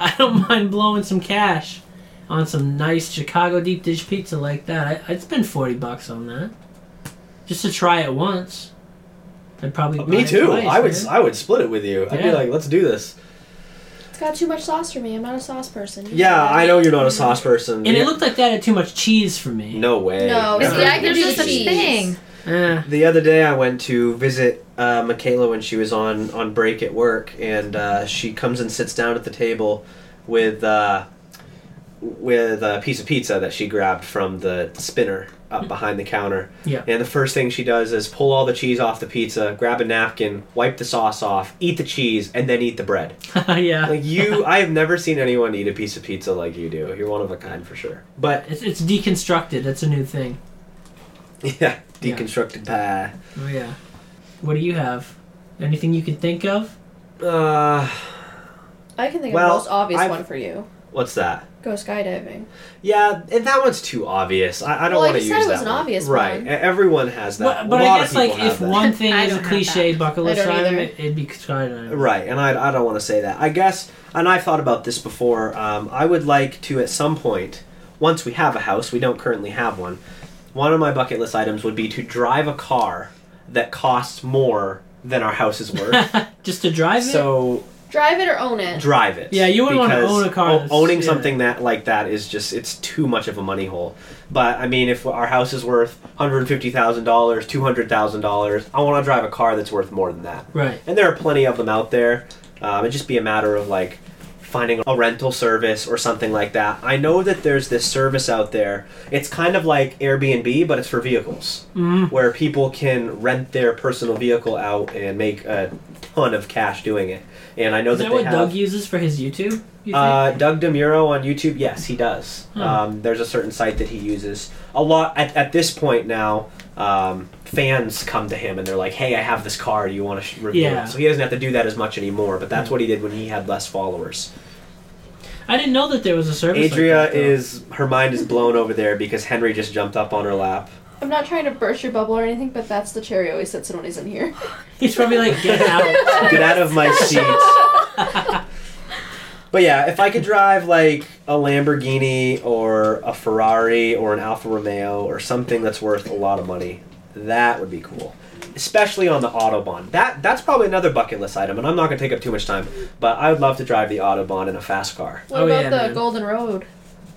Speaker 3: I don't mind blowing some cash on some nice Chicago deep dish pizza like that. I, I'd spend forty bucks on that just to try it once. I'd probably buy
Speaker 2: Me
Speaker 3: it
Speaker 2: too.
Speaker 3: twice,
Speaker 2: I would
Speaker 3: man.
Speaker 2: I would split it with you. I'd be
Speaker 3: Yeah.
Speaker 2: like, let's do this.
Speaker 4: It's got too much sauce for me. I'm not a sauce person. You
Speaker 2: Yeah, I know you're not a sauce person.
Speaker 3: And
Speaker 2: Yeah.
Speaker 3: it looked like that had too much cheese for me.
Speaker 2: No way.
Speaker 4: No,
Speaker 5: But
Speaker 4: Never
Speaker 5: see, I can
Speaker 4: mind.
Speaker 5: do
Speaker 4: There's
Speaker 5: such
Speaker 4: cheese.
Speaker 5: thing.
Speaker 3: Eh.
Speaker 2: The other day, I went to visit uh, Michaela when she was on, on break at work, and uh, she comes and sits down at the table with uh, with a piece of pizza that she grabbed from the spinner up behind the counter.
Speaker 3: Yeah.
Speaker 2: And the first thing she does is pull all the cheese off the pizza, grab a napkin, wipe the sauce off, eat the cheese, and then eat the bread.
Speaker 3: yeah.
Speaker 2: Like you, I have never seen anyone eat a piece of pizza like you do. You're one of a kind for sure. But
Speaker 3: It's, it's deconstructed. That's a new thing.
Speaker 2: yeah, deconstructed uh, pie.
Speaker 3: Oh, yeah. What do you have? Anything you can think of?
Speaker 2: Uh,
Speaker 4: I can think
Speaker 2: Well,
Speaker 4: of the most obvious
Speaker 2: I've-
Speaker 4: one for you.
Speaker 2: what's that?
Speaker 4: Go skydiving.
Speaker 2: Yeah, and that one's too obvious. I, I don't
Speaker 4: Well, I
Speaker 2: want to
Speaker 4: just
Speaker 2: use
Speaker 4: said it
Speaker 2: that
Speaker 4: was an
Speaker 2: one.
Speaker 4: obvious
Speaker 2: right.
Speaker 4: one.
Speaker 2: e- Everyone has that.
Speaker 3: but but
Speaker 2: a lot
Speaker 3: I guess,
Speaker 2: of people
Speaker 3: like,
Speaker 2: have
Speaker 3: if
Speaker 2: that.
Speaker 3: one thing
Speaker 5: I
Speaker 3: is a
Speaker 5: don't have
Speaker 3: cliche
Speaker 5: that.
Speaker 3: bucket
Speaker 4: I
Speaker 3: list
Speaker 4: don't
Speaker 3: item,
Speaker 4: either.
Speaker 3: it- it'd be skydiving.
Speaker 2: Right, and I, I don't want to say that. I guess, and I've thought about this before. Um, I would like to, at some point, once we have a house, we don't currently have one. One of my bucket list items would be to drive a car that costs more than our house is worth.
Speaker 3: Just to drive it?
Speaker 2: so
Speaker 4: Drive it or own it.
Speaker 2: drive it.
Speaker 3: Yeah, you wouldn't wanna
Speaker 2: Because
Speaker 3: own a car
Speaker 2: o-
Speaker 3: that's-
Speaker 2: Owning
Speaker 3: yeah.
Speaker 2: something that like that is just it's too much of a money hole. But I mean, if our house is worth one hundred fifty thousand dollars, two hundred thousand dollars, I want to drive a car that's worth more than that.
Speaker 3: Right.
Speaker 2: And there are plenty of them out there. Um, it'd just be a matter of like finding a rental service or something like that. I know that there's this service out there. It's kind of like Airbnb, but it's for vehicles,
Speaker 3: Mm.
Speaker 2: where people can rent their personal vehicle out and make a ton of cash doing it. And I know
Speaker 3: Is that
Speaker 2: they
Speaker 3: what
Speaker 2: have.
Speaker 3: Doug uses for his YouTube? You think?
Speaker 2: Uh, Doug DeMuro on YouTube, yes, he does.
Speaker 3: Hmm.
Speaker 2: Um, there's a certain site that he uses. A lot at, at this point now, um, fans come to him and they're like, "Hey, I have this car. Do you want to sh- review
Speaker 3: Yeah. Hmm.
Speaker 2: it?" So he doesn't have to do that as much anymore. But that's what he did when he had less followers.
Speaker 3: I didn't know that there was a service. like
Speaker 2: Adria
Speaker 3: that, though.
Speaker 2: is her mind is blown over there because Henry just jumped up on her lap.
Speaker 4: I'm not trying to burst your bubble or anything, but that's the chair he always sits in when he's in here.
Speaker 3: He's probably like, get out.
Speaker 2: Get out of my seat. But yeah, if I could drive like a Lamborghini or a Ferrari or an Alfa Romeo or something that's worth a lot of money, that would be cool. Especially on the Autobahn. That that's probably another bucket list item, and I'm not gonna take up too much time, but I would love to drive the Autobahn in a fast car.
Speaker 4: What
Speaker 3: Oh,
Speaker 4: about
Speaker 3: yeah,
Speaker 4: the
Speaker 3: man.
Speaker 4: Golden Road?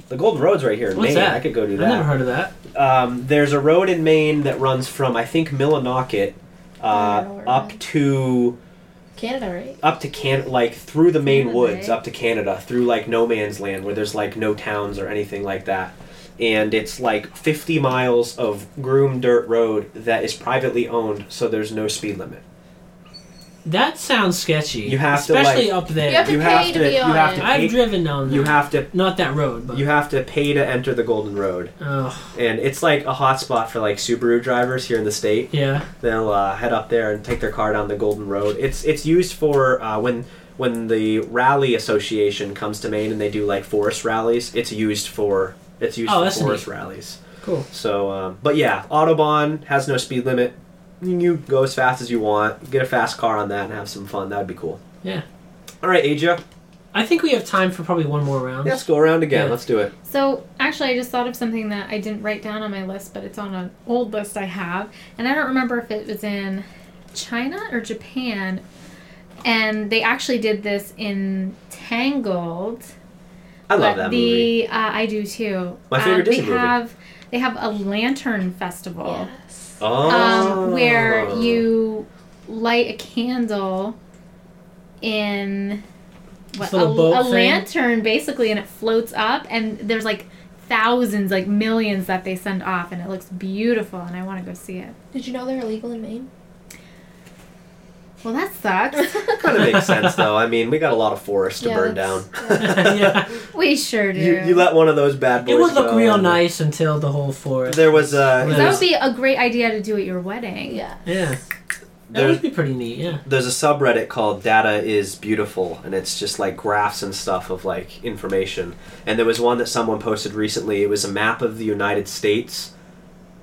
Speaker 2: The Golden Road's right here in
Speaker 3: What's
Speaker 2: Maine.
Speaker 3: that?
Speaker 2: I could go do
Speaker 3: I've
Speaker 2: that.
Speaker 3: never heard of that.
Speaker 2: um, there's a road in Maine that runs from I think Millinocket uh,
Speaker 4: I don't know where it
Speaker 2: up
Speaker 4: runs.
Speaker 2: to
Speaker 4: Canada, right?
Speaker 2: up to can like through the Maine
Speaker 5: Canada,
Speaker 2: woods
Speaker 5: eh?
Speaker 2: up to Canada through like no man's land where there's like no towns or anything like that. And it's like 50 miles of groomed dirt road that is privately owned, so there's no speed limit.
Speaker 3: That sounds sketchy.
Speaker 2: You have to,
Speaker 3: especially
Speaker 2: like-
Speaker 3: up there.
Speaker 4: You have to
Speaker 2: You
Speaker 4: pay
Speaker 2: have
Speaker 4: to
Speaker 2: to,
Speaker 4: be
Speaker 2: you
Speaker 4: on
Speaker 2: have
Speaker 4: it.
Speaker 2: to
Speaker 3: I've
Speaker 2: pay,
Speaker 3: driven down.
Speaker 2: you
Speaker 3: there.
Speaker 2: have to
Speaker 3: not that road, but
Speaker 2: you have to pay to enter the Golden Road,
Speaker 3: oh
Speaker 2: and it's like a hot spot for like Subaru drivers here in the state.
Speaker 3: yeah.
Speaker 2: They'll uh, head up there and take their car down the Golden Road. It's it's used for uh, when when the rally association comes to Maine and they do like forest rallies. It's used for it's used
Speaker 3: Oh,
Speaker 2: for
Speaker 3: that's
Speaker 2: forest
Speaker 3: neat.
Speaker 2: rallies.
Speaker 3: Cool.
Speaker 2: So, um, but yeah, Autobahn has no speed limit. You go as fast as you want. Get a fast car on that and have some fun. That would be cool.
Speaker 3: Yeah.
Speaker 2: All right, Aja,
Speaker 3: I think we have time for probably one more round.
Speaker 2: let's go around again.
Speaker 3: Yeah.
Speaker 2: Let's do it.
Speaker 5: So actually, I just thought of something that I didn't write down on my list, but it's on an old list I have, and I don't remember if it was in China or Japan. And they actually did this in Tangled.
Speaker 2: I love
Speaker 5: but
Speaker 2: that
Speaker 5: the,
Speaker 2: movie.
Speaker 5: Uh, I do too. Um,
Speaker 2: My favorite
Speaker 5: they
Speaker 2: Disney movie.
Speaker 5: Have, they have a lantern festival
Speaker 4: Yes.
Speaker 2: Oh,
Speaker 5: um, where you light a candle in what,
Speaker 3: This
Speaker 5: a,
Speaker 3: little boat
Speaker 5: a
Speaker 3: thing?
Speaker 5: lantern basically and it floats up and there's like thousands like millions that they send off and it looks beautiful and i want to go see it
Speaker 4: Did you know they're illegal in Maine?
Speaker 5: well that sucks
Speaker 2: kind of makes sense though. I mean, we got a lot of forest to
Speaker 4: Yeah,
Speaker 2: burn down.
Speaker 4: that's-
Speaker 3: yeah.
Speaker 5: we sure do
Speaker 2: You, you let one of those bad boys.
Speaker 3: It would look
Speaker 2: go
Speaker 3: real
Speaker 2: and-
Speaker 3: nice until the whole forest.
Speaker 2: There was uh,
Speaker 3: That
Speaker 5: that
Speaker 2: there's,
Speaker 5: would be a great idea to do at your wedding
Speaker 4: Yeah.
Speaker 3: yeah. That
Speaker 2: there's,
Speaker 3: would be pretty neat. Yeah.
Speaker 2: there's a subreddit called Data is Beautiful, and it's just like graphs and stuff of like information. And there was one that someone posted recently. It was a map of the United States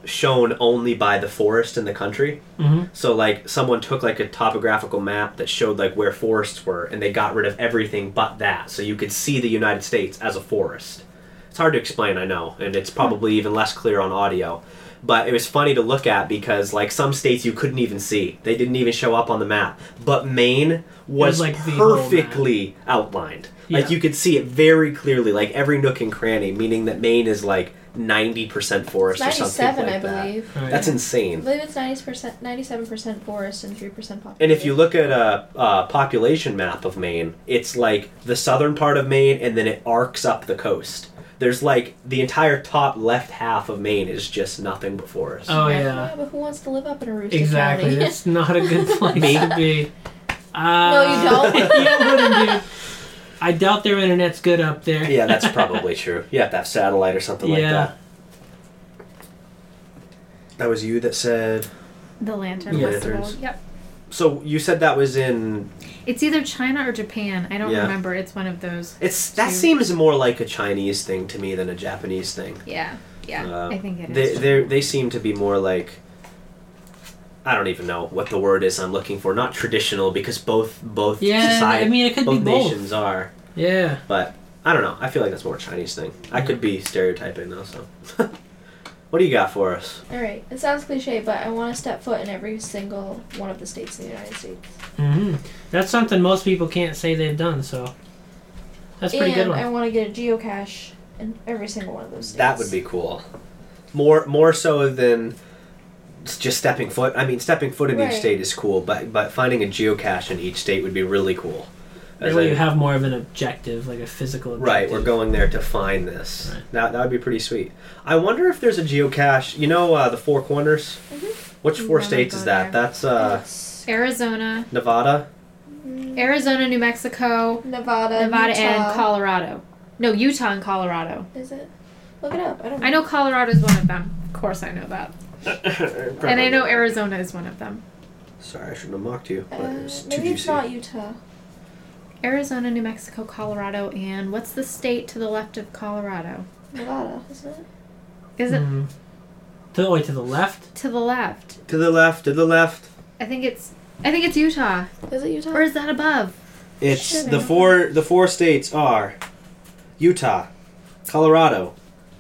Speaker 2: shown only by the forest in the country.
Speaker 3: hmm
Speaker 2: So like someone took like a topographical map that showed like where forests were, and they got rid of everything but that, so you could see the United States as a forest. It's hard to explain, I know, and it's probably even less clear on audio. But it was funny to look at because like some states you couldn't even see; they didn't even show up on the map. But Maine was,
Speaker 3: was, like, the whole map.
Speaker 2: perfectly outlined. Like
Speaker 3: Yeah.
Speaker 2: you could see it very clearly, like every nook and cranny. Meaning that Maine is like ninety percent forest or something
Speaker 4: Ninety-seven,
Speaker 2: like
Speaker 4: I
Speaker 2: that.
Speaker 4: believe.
Speaker 3: All right.
Speaker 2: That's
Speaker 4: I
Speaker 2: insane.
Speaker 4: believe it's ninety percent, ninety-seven percent forest and three percent population.
Speaker 2: And if you look at a, a population map of Maine, it's like the southern part of Maine and then it arcs up the coast. There's like the entire top left half of Maine is just nothing but forest.
Speaker 3: Oh
Speaker 4: Yeah,
Speaker 3: yeah.
Speaker 4: but who wants to live up in a roosty
Speaker 3: Exactly.
Speaker 4: county?
Speaker 3: That's not a good place to be. Uh,
Speaker 4: No, you don't.
Speaker 3: it wouldn't be. I doubt their internet's good up there.
Speaker 2: yeah, that's probably true. You have to have satellite or something like
Speaker 3: Yeah.
Speaker 2: that. That was you that said.
Speaker 5: the lantern
Speaker 3: Yeah.
Speaker 5: festival
Speaker 2: Lanterns.
Speaker 5: yep
Speaker 2: So you said that was in.
Speaker 5: it's either china or japan i don't
Speaker 2: Yeah.
Speaker 5: remember it's one of those
Speaker 2: It's that
Speaker 5: Two.
Speaker 2: seems more like a Chinese thing to me than a Japanese thing.
Speaker 5: yeah yeah
Speaker 2: Uh,
Speaker 5: i think it
Speaker 2: they,
Speaker 5: is
Speaker 2: They they seem to be more like I don't even know what the word is I'm looking for. Not traditional because both both
Speaker 3: Yeah,
Speaker 2: society,
Speaker 3: I mean, it could
Speaker 2: both
Speaker 3: be both.
Speaker 2: nations are.
Speaker 3: Yeah.
Speaker 2: But I don't know. I feel like that's more a Chinese thing. I could be stereotyping though. So what do you got for us?
Speaker 4: All right. It sounds cliche, but I want to step foot in every single one of the states in the United States.
Speaker 3: hmm That's something most people can't say they've done. So that's a pretty
Speaker 4: and
Speaker 3: good one.
Speaker 4: I want to get a geocache in every single one of those states.
Speaker 2: That would be cool. More more so than s- just stepping foot. I mean, stepping foot in
Speaker 4: Right.
Speaker 2: each state is cool, but but finding a geocache in each state would be really cool.
Speaker 3: That
Speaker 2: As
Speaker 3: way
Speaker 2: I-
Speaker 3: you have more of an objective, like a physical objective.
Speaker 2: Right, we're going there to find this.
Speaker 3: Right.
Speaker 2: That, that would be pretty sweet. I wonder if there's a geocache. You know, uh, the Four Corners. Which four
Speaker 5: Never
Speaker 2: states is that?
Speaker 5: gone there.
Speaker 2: That's uh,
Speaker 4: Yes.
Speaker 5: arizona
Speaker 2: Nevada.
Speaker 4: Mm,
Speaker 5: arizona new mexico
Speaker 4: Nevada,
Speaker 5: Nevada
Speaker 4: Utah.
Speaker 5: and Colorado. No, Utah and Colorado.
Speaker 4: Is it? Look it up. I don't.
Speaker 5: I know Colorado's one of them. Of course I know that. And I know Arizona is one of them.
Speaker 2: Sorry, I shouldn't have mocked you. But
Speaker 4: Uh,
Speaker 2: it was too
Speaker 4: maybe it's
Speaker 2: juicy.
Speaker 4: not Utah.
Speaker 5: Arizona, New Mexico, Colorado, and what's the state to the left of Colorado?
Speaker 4: Nevada, isn't it?
Speaker 5: Is
Speaker 2: Mm.
Speaker 5: it
Speaker 3: Mhm. To, wait, to the left?
Speaker 5: to the left?
Speaker 2: To the left. To the left.
Speaker 5: I think it's I think it's Utah.
Speaker 4: Is it Utah?
Speaker 5: Or is that above?
Speaker 2: It's
Speaker 4: Should've.
Speaker 2: the four. The four states are Utah, Colorado,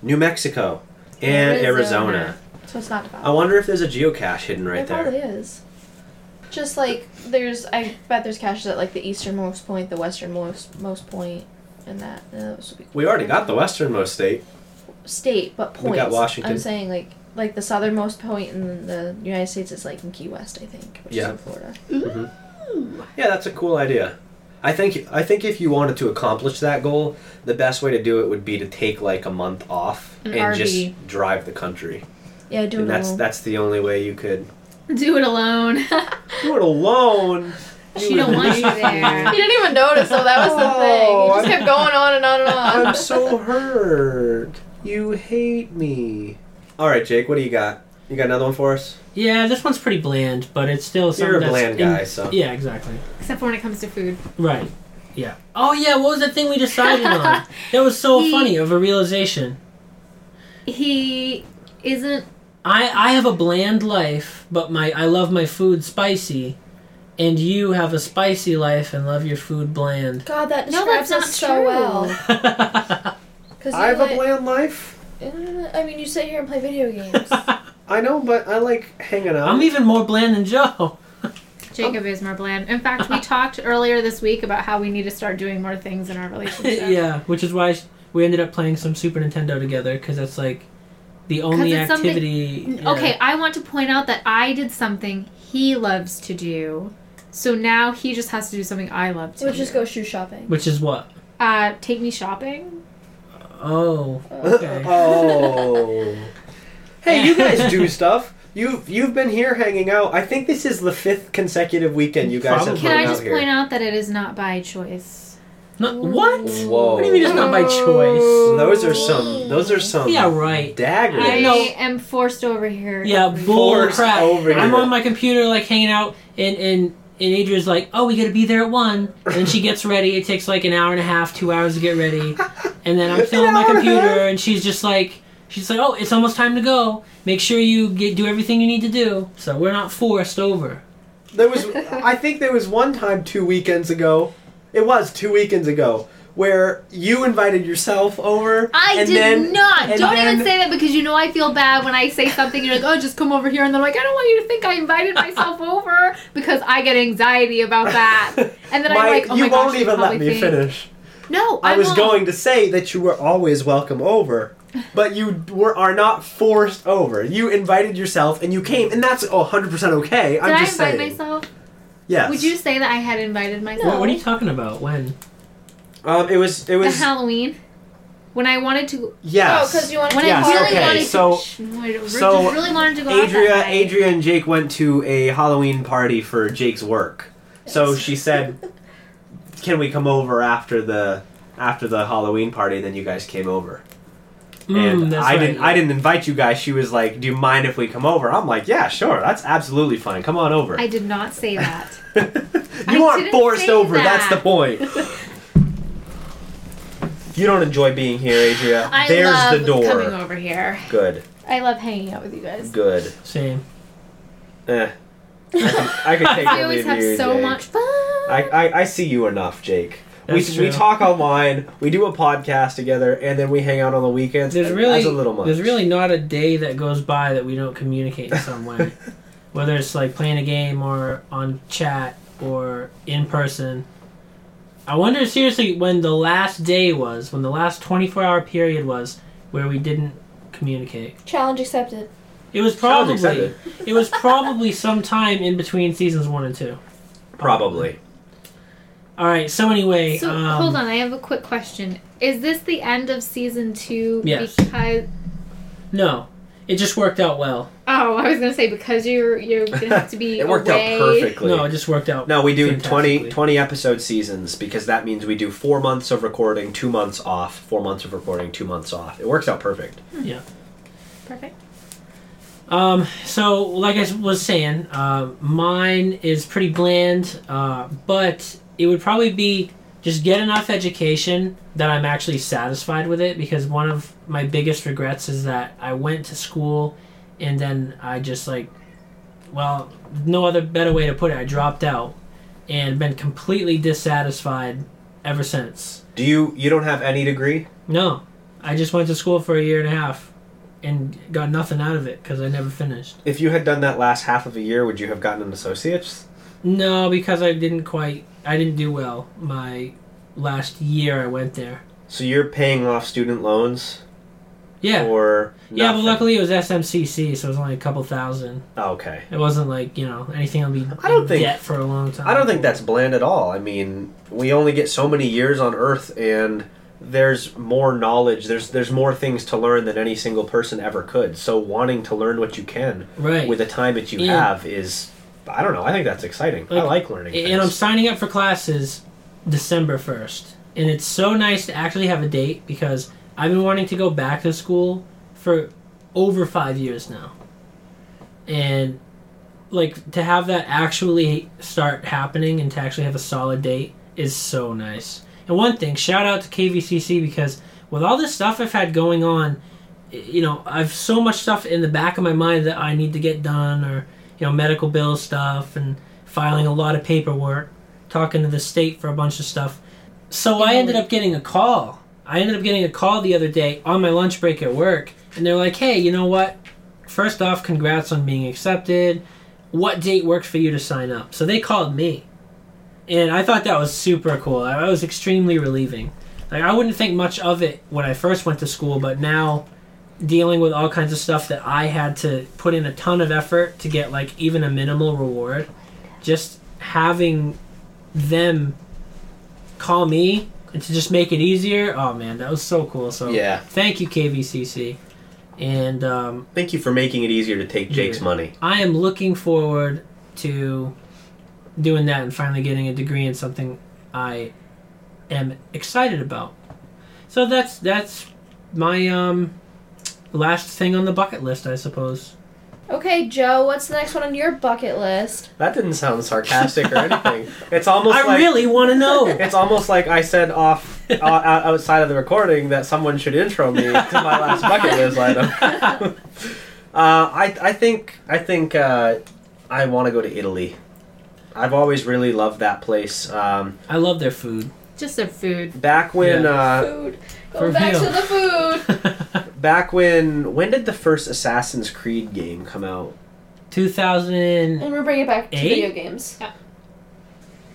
Speaker 2: New Mexico, and Arizona.
Speaker 5: Arizona.
Speaker 4: so it's not Nevada.
Speaker 2: I wonder if there's a geocache hidden right
Speaker 4: there
Speaker 2: there.
Speaker 4: probably is. Just like there's, I bet there's caches at like the easternmost point, the westernmost most point. and that. And that was
Speaker 2: We already got the westernmost state.
Speaker 4: state, but points.
Speaker 2: We got Washington.
Speaker 4: I'm saying like like the southernmost point in the United States is like in Key West, I think, which
Speaker 2: Yeah.
Speaker 4: is in Florida.
Speaker 2: Yeah, that's a cool idea. I think I think if you wanted to accomplish that goal, the best way to do it would be to take like a month off
Speaker 5: An
Speaker 2: and
Speaker 5: RV.
Speaker 2: just drive the country.
Speaker 4: Yeah, I do
Speaker 2: And
Speaker 4: know.
Speaker 2: that's that's the only way you could
Speaker 5: Do it alone.
Speaker 2: do it alone.
Speaker 5: she don't want you there.
Speaker 4: He didn't even notice, though. That was the thing. He just kept going on and on and on.
Speaker 2: I'm so hurt. You hate me. All right, Jake, what do you got? You got another one for us?
Speaker 3: Yeah, this one's pretty bland, but it's still something
Speaker 2: You're a
Speaker 3: that's
Speaker 2: bland
Speaker 3: in-
Speaker 2: guy, so
Speaker 3: Yeah, exactly.
Speaker 5: Except for when it comes to food.
Speaker 3: Right. Yeah. Oh yeah, what was that thing we decided on? That was so
Speaker 5: He-
Speaker 3: funny of a realization.
Speaker 5: He isn't.
Speaker 3: I I have a bland life, but my I love my food spicy, and you have a spicy life and love your food bland.
Speaker 4: God, that
Speaker 5: No,
Speaker 4: describes us
Speaker 5: that's not
Speaker 4: so
Speaker 5: true.
Speaker 4: well.
Speaker 3: I
Speaker 4: Cause
Speaker 2: I
Speaker 4: you
Speaker 2: have a
Speaker 4: like-
Speaker 2: bland life.
Speaker 4: Uh, I mean, you sit here and play video games.
Speaker 2: I know, but I like hanging out.
Speaker 3: am even more bland than Joe.
Speaker 5: Jacob is more bland. In fact, we talked earlier this week about how we need to start doing more things in our relationship.
Speaker 3: yeah, which is why we ended up playing some Super Nintendo together because that's like the only
Speaker 5: it's something- Mm,
Speaker 3: activity. yeah.
Speaker 5: Okay, I want to point out that I did something he loves to do. So now he just has to do something I love to
Speaker 4: so we
Speaker 5: do.
Speaker 4: just go shoe shopping.
Speaker 3: Which is what?
Speaker 5: uh, take me shopping.
Speaker 3: Oh. Okay.
Speaker 2: oh. Hey, you guys do stuff. You've you've been here hanging out. I think this is the fifth consecutive weekend you guys
Speaker 3: Probably.
Speaker 2: have
Speaker 5: Can
Speaker 2: hung
Speaker 5: I
Speaker 2: out
Speaker 5: just
Speaker 2: here.
Speaker 5: point out that it is not by choice?
Speaker 3: Not, what?
Speaker 2: Whoa.
Speaker 3: What do you mean it's not by
Speaker 5: Oh.
Speaker 3: choice?
Speaker 2: Those are some. Those are some.
Speaker 3: Yeah, right.
Speaker 2: Daggers.
Speaker 5: I
Speaker 3: I know.
Speaker 5: am forced over here.
Speaker 3: Yeah,
Speaker 5: every-
Speaker 3: bull
Speaker 2: Forced
Speaker 3: crap.
Speaker 2: over
Speaker 3: I'm
Speaker 2: here.
Speaker 3: on my computer, like hanging out, and and and Adria's like, "Oh, we gotta be there at one." And then she gets ready. It takes like an hour and a half, two hours to get ready, and then I'm still
Speaker 2: An
Speaker 3: on my
Speaker 2: hour and a half?
Speaker 3: computer, and she's just like, she's like, "Oh, it's almost time to go. Make sure you get do everything you need to do." So we're not forced over.
Speaker 2: There was, I think there was one time two weekends ago. It was two weekends ago where you invited yourself over.
Speaker 5: I
Speaker 2: and
Speaker 5: did
Speaker 2: then-
Speaker 5: not.
Speaker 2: and
Speaker 5: Don't even
Speaker 2: then-
Speaker 5: say that because you know I feel bad when I say something. You're like, oh, just come over here, and then I'm like, I don't want you to think I invited myself over because I get anxiety about that. And then I'm
Speaker 2: My-
Speaker 5: like, oh
Speaker 2: you
Speaker 5: my
Speaker 2: won't
Speaker 5: gosh, you
Speaker 2: even let
Speaker 5: probably
Speaker 2: me
Speaker 5: think-
Speaker 2: finish.
Speaker 5: No,
Speaker 2: I, was
Speaker 5: won't.
Speaker 2: going to say that you were always welcome over, but you were are not forced over. You invited yourself and you came, and that's 100 percent okay.
Speaker 5: Did
Speaker 2: I'm
Speaker 5: I invite
Speaker 2: just saying.
Speaker 5: myself?
Speaker 2: Yes.
Speaker 5: Would you say that I had invited myself?
Speaker 3: What, what are you talking about? When?
Speaker 2: Um, it was. It
Speaker 5: The
Speaker 2: was.
Speaker 5: Halloween, when I wanted to,
Speaker 2: Yes.
Speaker 4: Oh, because you want to
Speaker 5: when
Speaker 2: Yes,
Speaker 5: I really
Speaker 2: okay,
Speaker 5: wanted
Speaker 2: so-
Speaker 5: to, Shh, I
Speaker 2: so
Speaker 5: really wanted to go out that
Speaker 2: Adria,
Speaker 5: night.
Speaker 2: Adria, and Jake went to a Halloween party for Jake's work. So she said, "Can we come over after the after the Halloween party?" Then you guys came over,
Speaker 3: Mm,
Speaker 2: and
Speaker 3: that's
Speaker 2: I
Speaker 3: right.
Speaker 2: didn't. I didn't invite you guys. She was like, "Do you mind if we come over?" I'm like, "Yeah, sure. That's absolutely fine. Come on over."
Speaker 5: I did not say that.
Speaker 2: you
Speaker 5: I
Speaker 2: aren't
Speaker 5: didn't
Speaker 2: forced
Speaker 5: say
Speaker 2: over. That's the
Speaker 5: that.
Speaker 2: point. you don't enjoy being here, Adria.
Speaker 5: I
Speaker 2: There's
Speaker 5: love
Speaker 2: the door.
Speaker 5: coming over here.
Speaker 2: Good.
Speaker 5: I love hanging out with you guys.
Speaker 2: Good.
Speaker 3: Same.
Speaker 2: Eh. I could take
Speaker 5: We
Speaker 2: or
Speaker 5: always
Speaker 2: leave
Speaker 5: have
Speaker 2: you,
Speaker 5: so
Speaker 2: Jake.
Speaker 5: much fun.
Speaker 2: I, I, I see you enough, Jake. We,
Speaker 3: That's
Speaker 2: we
Speaker 3: true.
Speaker 2: talk online, we do a podcast together, and then we hang out on the weekends.
Speaker 3: There's
Speaker 2: and
Speaker 3: really
Speaker 2: that's a little much.
Speaker 3: there's really not a day that goes by that we don't communicate in some way, whether it's like playing a game or on chat or in person. I wonder seriously when the last day was, when the last 24 hour period was where we didn't communicate.
Speaker 4: Challenge accepted.
Speaker 3: It was
Speaker 2: Sounds
Speaker 3: probably
Speaker 2: excited.
Speaker 3: it was probably sometime in between seasons 1 and 2.
Speaker 2: probably.
Speaker 3: All right, so anyway,
Speaker 5: so
Speaker 3: um,
Speaker 5: hold on, I have a quick question. Is this the end of season two?
Speaker 3: Yes.
Speaker 5: Because
Speaker 3: No. It just worked out well.
Speaker 5: oh, I was gonna say because you're you're gonna have to be.
Speaker 2: it worked
Speaker 5: away.
Speaker 2: out perfectly.
Speaker 3: No, it just worked out.
Speaker 2: No, we do 20,
Speaker 3: fantastically.
Speaker 2: 20 episode seasons because that means we do four months of recording, two months off, four months of recording, two months off. It works out perfect.
Speaker 5: Perfect.
Speaker 3: Um, so, like I s- was saying, uh, mine is pretty bland, uh, but it would probably be just get enough education that I'm actually satisfied with it because one of my biggest regrets is that I went to school and then I just, like, well, no other better way to put it, I dropped out and been completely dissatisfied ever since.
Speaker 2: Do you you don't have any degree?
Speaker 3: No, I just went to school for a year and a half and got nothing out of it because I never finished.
Speaker 2: If you had done that last half of a year, would you have gotten an associate's?
Speaker 3: No, because I didn't quite. I didn't do well my last year I went there.
Speaker 2: So you're paying off student loans
Speaker 3: Yeah.
Speaker 2: or
Speaker 3: yeah, but
Speaker 2: nothing?
Speaker 3: luckily it was SMCC, so it was only a couple thousand.
Speaker 2: Oh, okay.
Speaker 3: It wasn't like, you know, anything I'll be
Speaker 2: I don't
Speaker 3: in
Speaker 2: think-
Speaker 3: debt for a long time.
Speaker 2: I don't think that's bland at all. I mean, we only get so many years on Earth, and there's more knowledge. There's there's more things to learn than any single person ever could. So wanting to learn what you can
Speaker 3: Right.
Speaker 2: with the time that you
Speaker 3: Yeah.
Speaker 2: have is, I don't know. I think that's exciting. I
Speaker 3: Like,
Speaker 2: like learning.
Speaker 3: And
Speaker 2: things.
Speaker 3: I'm signing up for classes December 1st. And it's so nice to actually have a date because I've been wanting to go back to school for over five years now. And, like, to have that actually start happening and to actually have a solid date is so nice. And one thing, shout out to KVCC because with all this stuff I've had going on, y- you know, I've so much stuff in the back of my mind that I need to get done or, you know, medical bill stuff and filing a lot of paperwork, talking to the state for a bunch of stuff. So I ended up getting a call. I ended up getting a call the other day on my lunch break at work, and they're like, "Hey, you know what? First off, congrats on being accepted. What date works for you to sign up?" So they called me, and I thought that was super cool. I I was extremely relieving. Like I wouldn't think much of it when I first went to school, but now dealing with all kinds of stuff that I had to put in a ton of effort to get like even a minimal reward. Just having them call me and to just make it easier. Oh man, that was so cool. So
Speaker 2: Yeah.
Speaker 3: thank you KVCC, and um,
Speaker 2: Thank you for making it easier to take Jake's
Speaker 3: Yeah.
Speaker 2: money.
Speaker 3: I am looking forward to doing that and finally getting a degree in something I am excited about. So that's that's my um last thing on the bucket list, I suppose.
Speaker 4: Okay, Joe, what's the next one on your bucket list?
Speaker 2: That didn't sound sarcastic or anything. It's almost
Speaker 3: I
Speaker 2: like
Speaker 3: really want to know.
Speaker 2: It's almost like I said off uh, outside of the recording that someone should intro me to my last bucket list item. uh, I I think I think uh, I want to go to Italy. I've always really loved that place. Um,
Speaker 3: I love their food.
Speaker 5: Just their food.
Speaker 2: back when
Speaker 3: Yeah.
Speaker 2: uh,
Speaker 4: Food.
Speaker 3: for
Speaker 4: Go back
Speaker 3: real.
Speaker 4: to the food.
Speaker 2: back when when did the first Assassin's Creed game come out?
Speaker 3: 2000.
Speaker 4: and we're bringing it back to
Speaker 3: Eight?
Speaker 4: video games.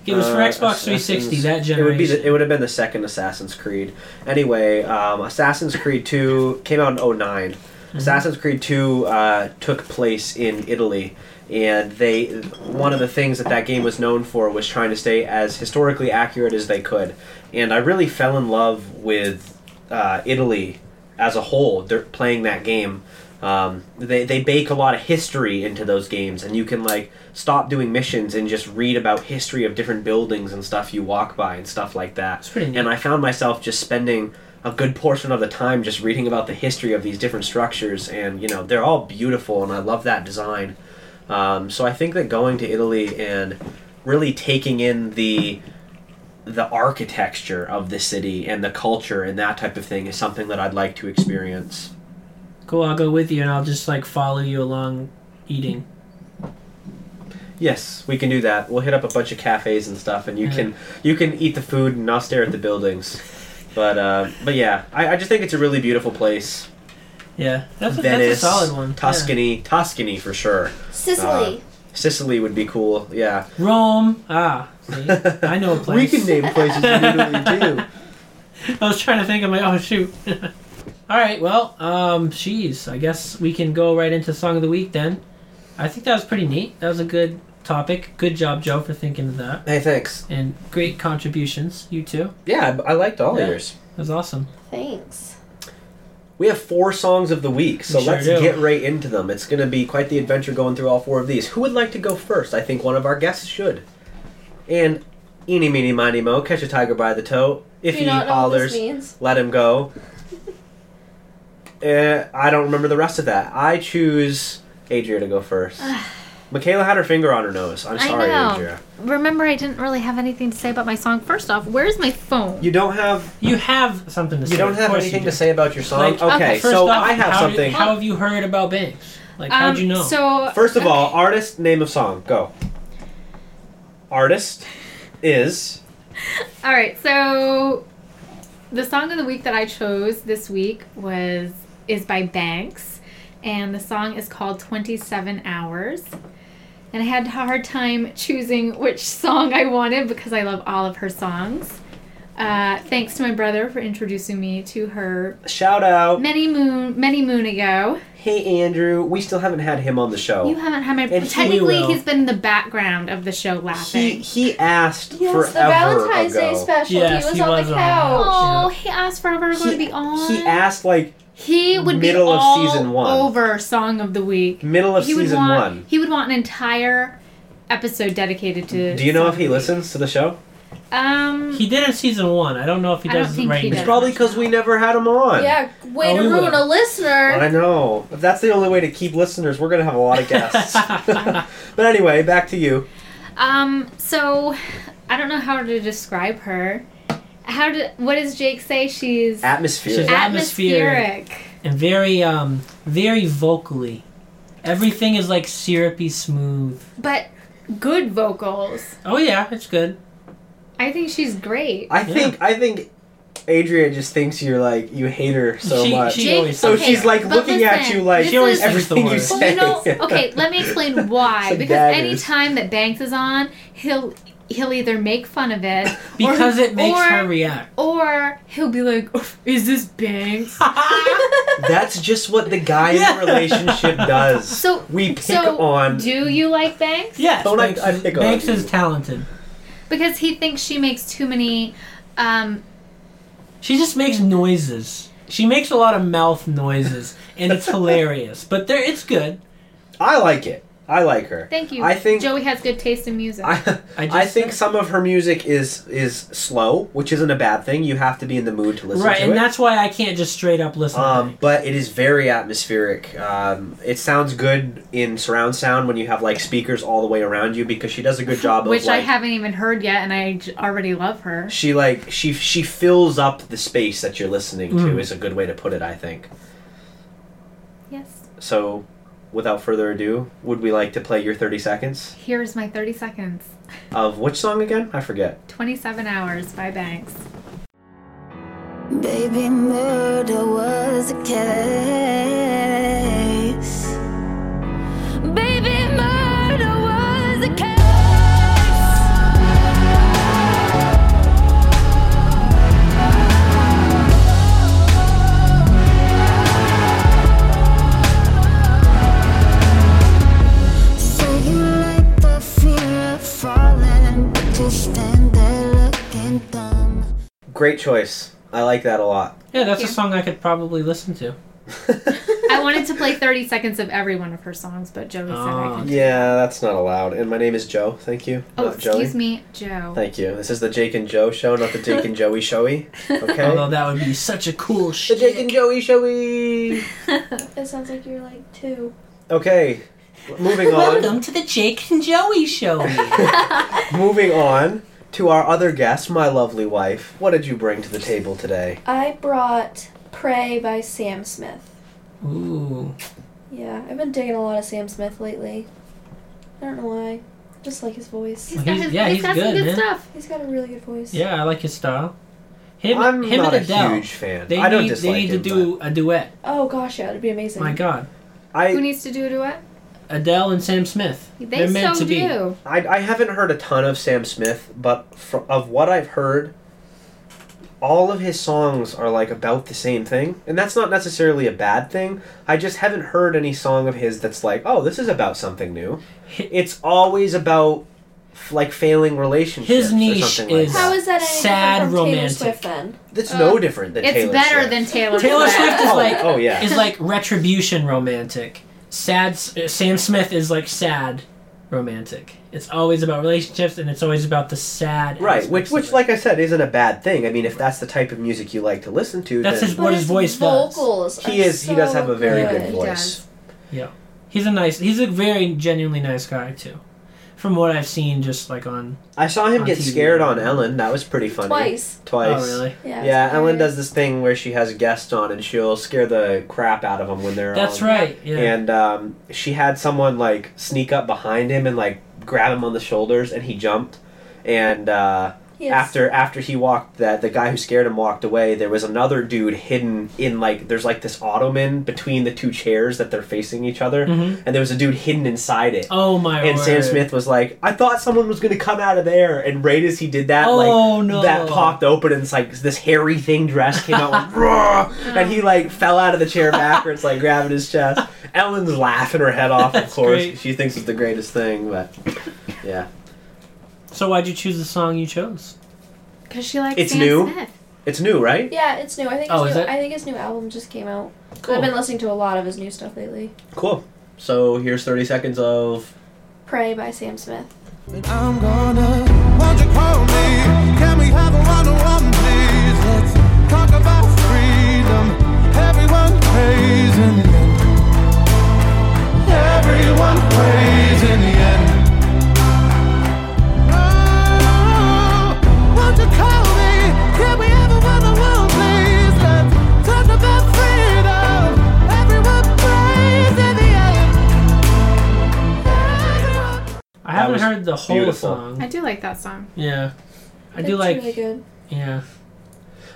Speaker 3: It was for
Speaker 2: Uh,
Speaker 3: Xbox 360
Speaker 2: Assassin's-
Speaker 3: that generation.
Speaker 2: It would be the, it would have been the second Assassin's Creed. Anyway, um, Assassin's Creed 2 came out in 9
Speaker 3: Mm-hmm.
Speaker 2: Assassin's Creed 2 uh, took place in Italy and they one of the things that that game was known for was trying to stay as historically accurate as they could. And I really fell in love with uh, Italy as a whole they're playing that game um, they, they bake a lot of history into those games and you can like stop doing missions and just read about history of different buildings and stuff you walk by and stuff like that
Speaker 3: pretty neat.
Speaker 2: and i found myself just spending a good portion of the time just reading about the history of these different structures and you know they're all beautiful and i love that design um, so i think that going to italy and really taking in the the architecture of the city and the culture and that type of thing is something that I'd like to experience.
Speaker 3: cool, I'll go with you and I'll just like follow you along eating.
Speaker 2: Yes, we can do that. We'll hit up a bunch of cafes and stuff, and you
Speaker 3: Yeah.
Speaker 2: can you can eat the food, and I'll stare at the buildings. But uh, but yeah, I, I just think it's a really beautiful place.
Speaker 3: Yeah, that's a, that's a
Speaker 2: Venice,
Speaker 3: solid one.
Speaker 2: Tuscany, Tuscany for sure. Uh,
Speaker 4: Sicily.
Speaker 2: Sicily would be cool. Yeah,
Speaker 3: Yeah. Rome. Ah, see? I know a
Speaker 2: we
Speaker 3: place.
Speaker 2: can name places in Italy too.
Speaker 3: I was trying to think. I'm like, oh shoot. All right, well, um, jeez, I guess we can go right into song of the week then. I think that was pretty neat. That was a good topic. Good job, Joe, for thinking of that,
Speaker 2: Hey, thanks.
Speaker 3: and great contributions. You too.
Speaker 2: Yeah, I I liked all
Speaker 3: Yeah.
Speaker 2: yours.
Speaker 3: That was awesome.
Speaker 4: Thanks.
Speaker 2: We have four songs of the week, so
Speaker 3: We sure
Speaker 2: let's
Speaker 3: do.
Speaker 2: get right into them. It's going to be quite the adventure going through all four of these. Who would like to go first? I think one of our guests should. And eeny, meeny, miny, mo, catch a tiger by the toe. If
Speaker 4: Do
Speaker 2: he
Speaker 4: you not know what this
Speaker 2: hollers,
Speaker 4: means?
Speaker 2: let him go. Eh, I don't remember the rest of that. I choose Adria to go first. Michaela had her finger on her nose. I'm
Speaker 5: I
Speaker 2: sorry,
Speaker 5: know.
Speaker 2: Adria.
Speaker 5: Remember, I didn't really have anything to say about my song. First off, where's my phone?
Speaker 2: You don't have
Speaker 3: You have something to say.
Speaker 2: you don't
Speaker 3: of
Speaker 2: have
Speaker 3: course you
Speaker 2: anything
Speaker 3: do.
Speaker 2: to say about your song.
Speaker 3: Like,
Speaker 2: okay,
Speaker 5: okay,
Speaker 3: First
Speaker 2: so
Speaker 3: off,
Speaker 2: I have
Speaker 3: how did-
Speaker 2: something.
Speaker 3: how have you heard about Banks? Like, how'd
Speaker 5: Um,
Speaker 3: you know?
Speaker 5: So
Speaker 2: First of all, artist, name of song, go. Artist is
Speaker 5: all right. So the song of the week that I chose this week was is by Banks, and the song is called Twenty Seven Hours. And I had a hard time choosing which song I wanted because I love all of her songs. Uh, thanks to my brother for introducing me to her
Speaker 2: Shout out.
Speaker 5: many moon many moon ago.
Speaker 2: Hey, Andrew. We still haven't had him on the show.
Speaker 5: You haven't had my
Speaker 2: And he
Speaker 5: technically
Speaker 3: will.
Speaker 5: he's been in the background of the show
Speaker 2: he,
Speaker 5: laughing.
Speaker 2: he asked
Speaker 4: Yes,
Speaker 2: forever
Speaker 4: the Valentine's
Speaker 2: ago.
Speaker 4: Day special.
Speaker 3: Yes,
Speaker 4: he was
Speaker 3: he
Speaker 4: on
Speaker 3: was
Speaker 4: the
Speaker 3: on
Speaker 4: couch.
Speaker 5: oh, he asked forever going to
Speaker 2: He,
Speaker 5: be on.
Speaker 2: he asked like
Speaker 5: He would
Speaker 2: Middle
Speaker 5: be
Speaker 2: of
Speaker 5: all
Speaker 2: season one.
Speaker 5: over song of the week.
Speaker 2: middle of
Speaker 5: he would
Speaker 2: season
Speaker 5: want
Speaker 2: one.
Speaker 5: he would want an entire episode dedicated to.
Speaker 2: Do you know
Speaker 5: Song
Speaker 2: if
Speaker 5: of
Speaker 2: he
Speaker 5: the Week.
Speaker 2: listens to the show?
Speaker 5: Um,
Speaker 3: He did in season one. I don't know if he
Speaker 5: I don't
Speaker 3: does
Speaker 5: think
Speaker 3: right
Speaker 5: he
Speaker 3: now.
Speaker 5: does.
Speaker 2: Probably because we never had him on.
Speaker 4: Yeah, way
Speaker 3: Oh,
Speaker 4: to
Speaker 3: we
Speaker 4: ruin
Speaker 3: will.
Speaker 4: a listener.
Speaker 2: I know. If that's the only way to keep listeners, we're gonna have a lot of guests. but anyway, back to you.
Speaker 5: um, so I don't know how to describe her. How did what does Jake say? She's
Speaker 2: Atmosphere.
Speaker 3: She's- Atmospheric.
Speaker 5: atmospheric.
Speaker 3: and very um very vocally. Everything is like syrupy smooth.
Speaker 5: but good vocals.
Speaker 3: Oh yeah, it's good.
Speaker 5: I think she's great.
Speaker 2: I think I think Adria just thinks you're like you hate her so
Speaker 3: she,
Speaker 2: much.
Speaker 3: She
Speaker 5: Jake-
Speaker 3: always
Speaker 2: so
Speaker 5: okay,
Speaker 2: she's like
Speaker 5: but
Speaker 2: looking at
Speaker 5: listen,
Speaker 2: you like
Speaker 5: She always
Speaker 3: thinks the
Speaker 2: everything you
Speaker 3: worst.
Speaker 2: say.
Speaker 5: Well, you know, okay, let me explain why.
Speaker 2: Some
Speaker 5: because
Speaker 2: daggers.
Speaker 5: any time that Banks is on, he'll he'll either make fun of it
Speaker 3: because
Speaker 5: or,
Speaker 3: it makes
Speaker 5: or,
Speaker 3: her react.
Speaker 5: or he'll be like, "Is this Banks?"
Speaker 2: That's just what the guy
Speaker 3: Yeah.
Speaker 2: in the relationship does.
Speaker 5: So-
Speaker 2: we pick
Speaker 5: so
Speaker 2: on
Speaker 5: do you like Banks?
Speaker 3: Yes,
Speaker 2: Don't I-
Speaker 3: Banks,
Speaker 2: I
Speaker 3: is,
Speaker 2: pick on
Speaker 3: Banks
Speaker 2: you.
Speaker 3: is talented.
Speaker 5: Because he thinks she makes too many. Um,
Speaker 3: She just makes noises. She makes a lot of mouth noises, and it's hilarious. But there, it's good.
Speaker 2: I like it. I like her.
Speaker 5: thank you.
Speaker 2: I think
Speaker 5: Joey has good taste in music.
Speaker 2: I,
Speaker 3: I
Speaker 2: I,
Speaker 3: just
Speaker 2: think
Speaker 3: said-
Speaker 2: some of her music is is slow, which isn't a bad thing. You have to be in the mood to listen
Speaker 3: right,
Speaker 2: to
Speaker 3: and
Speaker 2: it.
Speaker 3: that's why I can't just straight up listen.
Speaker 2: um,
Speaker 3: to
Speaker 2: but it is very atmospheric. Um, it sounds good in surround sound when you have like speakers all the way around you because she does a good job of
Speaker 5: which I
Speaker 2: like
Speaker 5: haven't even heard yet, and I j- already love her.
Speaker 2: she like she she fills up the space that you're listening to
Speaker 3: Mm.
Speaker 2: is a good way to put it. I think
Speaker 5: Yes.
Speaker 2: so. Without further ado, would we like to play your 30 seconds
Speaker 5: Here's my 30 seconds.
Speaker 2: of which song again? I forget.
Speaker 5: 27 Hours by Banks.
Speaker 6: Baby, murder was a case. Baby, murder was a case. Say you like the fear of falling, but you stand there looking dumb.
Speaker 2: Great choice. I like that a lot.
Speaker 3: it. Yeah, that's a
Speaker 5: you.
Speaker 3: song I could probably listen to.
Speaker 5: I wanted to play 30 seconds of every one of her songs, but Joey said I
Speaker 3: Oh.
Speaker 5: could.
Speaker 2: Yeah, that's not allowed. And my name is Joe. Thank you.
Speaker 5: Oh,
Speaker 2: not Joey.
Speaker 5: excuse me, Joe.
Speaker 2: Thank you. This is the Jake and Joe show, not the Jake and Joey showy.
Speaker 3: Although
Speaker 2: Okay.
Speaker 3: that would be such a cool
Speaker 2: the Jake
Speaker 3: shit.
Speaker 2: and Joey showy.
Speaker 4: It sounds like you're like two.
Speaker 2: Okay. Moving on.
Speaker 3: Welcome to the Jake and Joey show.
Speaker 2: moving on to our other guest, my lovely wife. What did you bring to the table today?
Speaker 4: I brought Pray by Sam Smith.
Speaker 3: Ooh,
Speaker 4: Yeah, I've been digging a lot of Sam Smith lately. I don't know why. I just like his voice.
Speaker 5: He's got,
Speaker 3: He's-
Speaker 5: his,
Speaker 3: yeah, he's
Speaker 5: he's got some
Speaker 3: good,
Speaker 5: good
Speaker 3: man.
Speaker 5: stuff.
Speaker 4: He's got a really good voice.
Speaker 3: yeah, I like his style. Him,
Speaker 2: I'm
Speaker 3: him
Speaker 2: not
Speaker 3: and Adele.
Speaker 2: a huge fan.
Speaker 3: They
Speaker 2: I don't
Speaker 3: need,
Speaker 2: dislike
Speaker 3: they need
Speaker 2: him,
Speaker 3: to do a duet.
Speaker 4: Oh gosh, yeah, it'd be amazing.
Speaker 3: My God,
Speaker 2: but I,
Speaker 5: Who needs to do a duet?
Speaker 3: Adele and Sam Smith.
Speaker 5: They
Speaker 3: are meant
Speaker 5: so
Speaker 3: to be.
Speaker 5: do.
Speaker 2: I I haven't heard a ton of Sam Smith, but fr of what I've heard, all of his songs are like about the same thing, and that's not necessarily a bad thing. I just haven't heard any song of his that's like, oh, this is about something new. It's always about f- like failing relationships.
Speaker 3: His
Speaker 2: or
Speaker 3: niche
Speaker 2: something like
Speaker 3: is-
Speaker 4: How is that any
Speaker 3: Sad
Speaker 4: different from
Speaker 3: romantic.
Speaker 4: Taylor Swift then?
Speaker 2: That's no different uh, than
Speaker 5: It's
Speaker 2: Taylor
Speaker 5: better
Speaker 2: Swift.
Speaker 5: than Taylor,
Speaker 3: Taylor Swift is
Speaker 2: Oh,
Speaker 3: like
Speaker 2: oh, yeah.
Speaker 3: is like retribution romantic. Sad S- uh, Sam Smith is like sad romantic. It's always about relationships and it's always about the sad
Speaker 2: Right,
Speaker 3: aspects
Speaker 2: which
Speaker 3: of
Speaker 2: which
Speaker 3: it.
Speaker 2: like I said isn't a bad thing. I mean, if that's the type of music you like to listen to,
Speaker 3: That's
Speaker 2: then
Speaker 3: his- What his voice does.
Speaker 4: vocals.
Speaker 2: he
Speaker 4: are
Speaker 2: is he does
Speaker 4: so
Speaker 2: have a very good,
Speaker 5: He
Speaker 2: voice.
Speaker 5: does.
Speaker 3: he's a nice he's a very genuinely nice guy too. From what I've seen just like on
Speaker 2: I saw him
Speaker 3: On
Speaker 2: get
Speaker 3: TV.
Speaker 2: scared on Ellen. That was pretty funny.
Speaker 4: Twice.
Speaker 2: Twice.
Speaker 3: Oh really?
Speaker 4: Yeah.
Speaker 2: Yeah, Ellen does this thing where she has a guest on and she'll scare the crap out of them when they're
Speaker 3: That's
Speaker 2: on.
Speaker 3: right. Yeah.
Speaker 2: And um, she had someone like sneak up behind him and like grab him on the shoulders and he jumped. And uh,
Speaker 4: Yes.
Speaker 2: after after he walked that the guy who scared him walked away there was another dude hidden in like there's like this ottoman between the two chairs that they're facing each other
Speaker 3: Mhm.
Speaker 2: and there was a dude hidden inside it
Speaker 3: Oh my
Speaker 2: and
Speaker 3: word.
Speaker 2: Sam Smith was like, I thought someone was going to come out of there. And right as he did that,
Speaker 3: Oh,
Speaker 2: like,
Speaker 3: no.
Speaker 2: that popped open and it's like this hairy thing dressed came out like, "Roar!" and he like fell out of the chair backwards, like grabbing his chest. Ellen's laughing her head off, of
Speaker 3: That's
Speaker 2: course.
Speaker 3: great.
Speaker 2: She thinks it's the greatest thing, but yeah.
Speaker 3: So why'd you choose the song you chose?
Speaker 5: Because she likes
Speaker 2: It's
Speaker 5: Sam
Speaker 2: new.
Speaker 5: Smith.
Speaker 2: It's new, right?
Speaker 4: Yeah, it's new. I think.
Speaker 3: Oh,
Speaker 4: his
Speaker 3: is
Speaker 4: new,
Speaker 3: it?
Speaker 4: I think his new album just came out.
Speaker 3: Cool.
Speaker 4: I've been listening to a lot of his new stuff lately.
Speaker 2: Cool. So here's 30 seconds of.
Speaker 4: "Pray" by Sam Smith.
Speaker 7: I'm gonna. Won't you call me? Can we have a one on one, please? Let's talk about freedom. Everyone prays in the end. Everyone prays in the end. Oh, won't you call me? Can we have a one on one, please? Let's talk about freedom. Everyone prays in the end. Everyone
Speaker 3: I haven't
Speaker 2: was
Speaker 3: heard the whole
Speaker 2: beautiful.
Speaker 5: I
Speaker 3: song.
Speaker 5: do like that song.
Speaker 3: Yeah. I do
Speaker 4: It's
Speaker 3: like
Speaker 4: really good.
Speaker 3: yeah.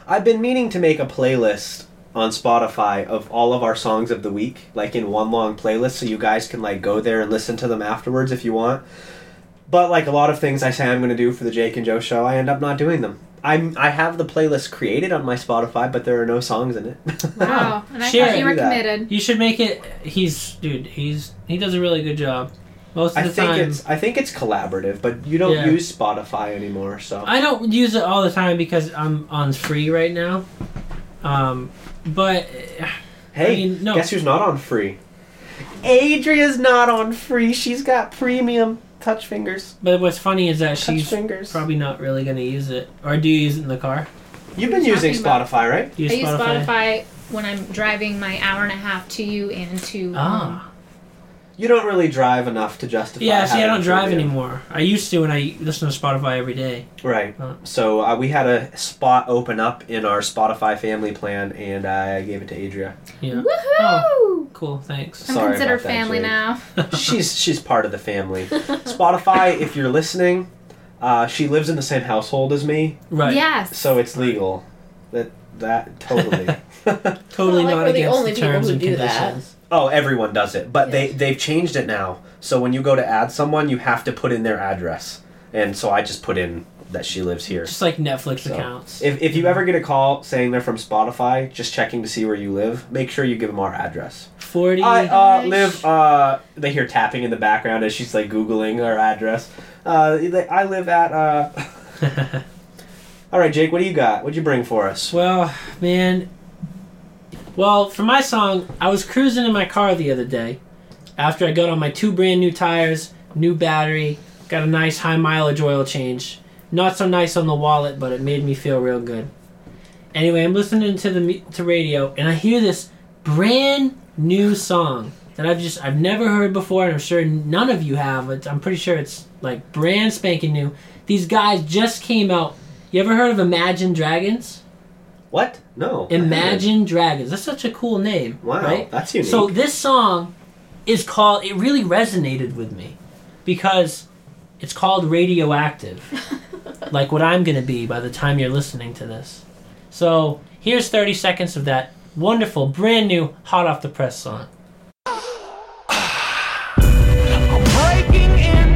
Speaker 2: I've been meaning to make a playlist on Spotify of all of our songs of the week, like in one long playlist, so you guys can like go there and listen to them afterwards if you want. But like a lot of things I say I'm going to do for the Jake and Joe show, I end up not doing them. I'm I have the playlist created on my Spotify, but there are no songs in it.
Speaker 5: Wow. And I
Speaker 3: Share.
Speaker 5: thought you were
Speaker 2: Do that.
Speaker 5: committed.
Speaker 3: You should make it he's dude, he's he does a really good job. Most of
Speaker 2: I
Speaker 3: the
Speaker 2: think
Speaker 3: time
Speaker 2: it's I think it's collaborative, but you don't
Speaker 3: Yeah.
Speaker 2: use Spotify anymore, so
Speaker 3: I don't use it all the time because I'm on free right now. Um but eh,
Speaker 2: Hey,
Speaker 3: I mean, no.
Speaker 2: guess who's not on free? Adria's not on free. She's got premium touch fingers.
Speaker 3: but what's funny is that
Speaker 2: Touch
Speaker 3: she's
Speaker 2: fingers.
Speaker 3: probably not really going to use it. Or do you use it in the car?
Speaker 2: You've been using
Speaker 5: Talking about-
Speaker 2: Spotify, right?
Speaker 3: Do you
Speaker 5: I use Spotify when I'm driving my hour and a half to you and to. um,
Speaker 3: Ah.
Speaker 2: You don't really drive enough to justify.
Speaker 3: Yeah, see, I
Speaker 2: having
Speaker 3: don't drive
Speaker 2: premium.
Speaker 3: anymore. I used to when I listen to Spotify every day.
Speaker 2: Right.
Speaker 3: Huh.
Speaker 2: So uh, we had a spot open up in our Spotify family plan, and I gave it to Adria.
Speaker 3: Yeah.
Speaker 5: Woohoo!
Speaker 3: Cool, thanks.
Speaker 5: I'm
Speaker 2: Sorry
Speaker 5: considered
Speaker 2: about that,
Speaker 5: family
Speaker 2: Jade.
Speaker 5: now.
Speaker 2: she's she's part of the family. Spotify, if you're listening, uh, she lives in the same household as me,
Speaker 3: Right.
Speaker 5: Yes.
Speaker 2: so it's legal. That that totally.
Speaker 3: Totally
Speaker 4: Well, like,
Speaker 3: not
Speaker 4: we're the
Speaker 3: against
Speaker 4: only
Speaker 3: the
Speaker 4: people
Speaker 3: terms
Speaker 4: who
Speaker 3: and
Speaker 4: do that.
Speaker 3: conditions.
Speaker 2: Oh, everyone does it, but they
Speaker 4: Yeah.
Speaker 2: they've changed it now. So when you go to add someone, you have to put in their address, and so I just put in that she lives here.
Speaker 3: Just like Netflix
Speaker 2: So,
Speaker 3: accounts.
Speaker 2: If, if you ever get a call saying they're from Spotify, just checking to see where you live, make sure you give them our address.
Speaker 3: 40.
Speaker 2: I uh,
Speaker 5: Nice.
Speaker 2: live. Uh, they hear tapping in the background as she's like googling our address. Uh, they- I live at. Uh... All right, Jake. What do you got? What'd you bring for us?
Speaker 3: Well, man. Well, for my song, I was cruising in my car the other day after I got on my two brand new tires, new battery, got a nice high mileage oil change. Not so nice on the wallet, but it made me feel real good. Anyway, I'm listening to the mu- to radio and I hear this brand new song that I've just I've never heard before and I'm sure none of you have. But I'm pretty sure it's like brand spanking new. These guys just came out. You ever heard of Imagine Dragons?
Speaker 2: What? No.
Speaker 3: Imagine Dragons. That's such a cool name.
Speaker 2: Wow,
Speaker 3: right?
Speaker 2: that's unique.
Speaker 3: So this song is called. It really resonated with me because it's called Radioactive, like what I'm gonna be by the time you're listening to this. So here's 30 seconds of that wonderful, brand new, hot off the press song.
Speaker 7: breaking in,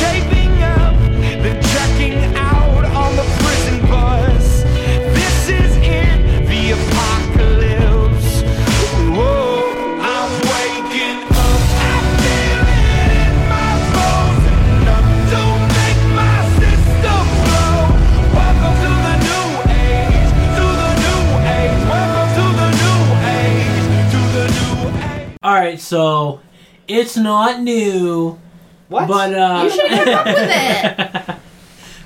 Speaker 7: shaping up, then checking out on the prison bus. This is in the apocalypse. Whoa, I'm waking up. I feel it in my bones. Enough to make my system blow. Welcome to the new age, to the new age. Welcome to the new age, to the new age.
Speaker 3: All right, so it's not new,
Speaker 2: What?
Speaker 3: but uh,
Speaker 4: You should have kept up with it.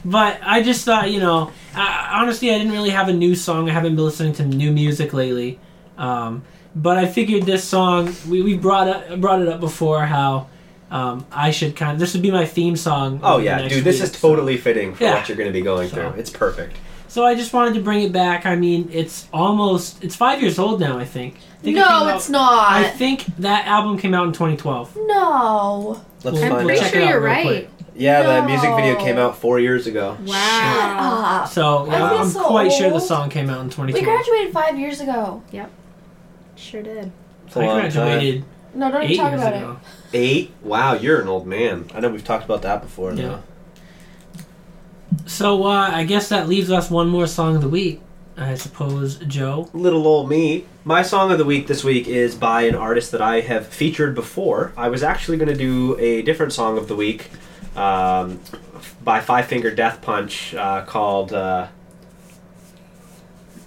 Speaker 3: But I just thought, you know, I, honestly, I didn't really have a new song. I haven't been listening to new music lately. Um, but I figured this song, we, we brought up, brought it up before how um, I should kind of, this would be my theme song.
Speaker 2: Oh
Speaker 3: over the
Speaker 2: yeah,
Speaker 3: next
Speaker 2: dude, this
Speaker 3: week,
Speaker 2: is
Speaker 3: so-
Speaker 2: totally fitting for
Speaker 3: Yeah.
Speaker 2: what you're going to be going
Speaker 3: So-
Speaker 2: through. It's perfect.
Speaker 3: So I just wanted to bring it back. I mean, it's almost, it's five years old now, I think. I think it came
Speaker 4: no,
Speaker 3: out-
Speaker 4: it's not.
Speaker 3: I think that album came out in 2012.
Speaker 4: no.
Speaker 2: Let's
Speaker 3: We'll-
Speaker 5: I'm
Speaker 2: find
Speaker 5: pretty
Speaker 2: out.
Speaker 3: check
Speaker 5: sure
Speaker 3: it out
Speaker 5: you're
Speaker 3: real
Speaker 5: right.
Speaker 3: quick.
Speaker 2: Yeah, that music video came
Speaker 4: No.
Speaker 2: out four years ago.
Speaker 5: Wow.
Speaker 4: Ah,
Speaker 3: So yeah,
Speaker 4: I feel
Speaker 3: I'm
Speaker 4: so
Speaker 3: quite sure the
Speaker 4: old.
Speaker 3: song came out in
Speaker 4: we
Speaker 3: 2020.
Speaker 4: graduated five years ago.
Speaker 5: Oh, Sure did.
Speaker 2: It's a long
Speaker 3: I
Speaker 2: time.
Speaker 3: graduated
Speaker 4: No, don't
Speaker 3: eight
Speaker 4: even talk
Speaker 3: years
Speaker 4: about
Speaker 3: ago.
Speaker 2: Eight? Wow, you're an old man. I know we've talked about that before.
Speaker 3: Yeah.
Speaker 2: though.
Speaker 3: So uh, I guess that leaves us one more song of the week. I suppose, Joe.
Speaker 2: Little old me. My song of the week this week is by an artist that I have featured before. I was actually going to do a different song of the week um, by Five Finger Death Punch uh, called. Uh,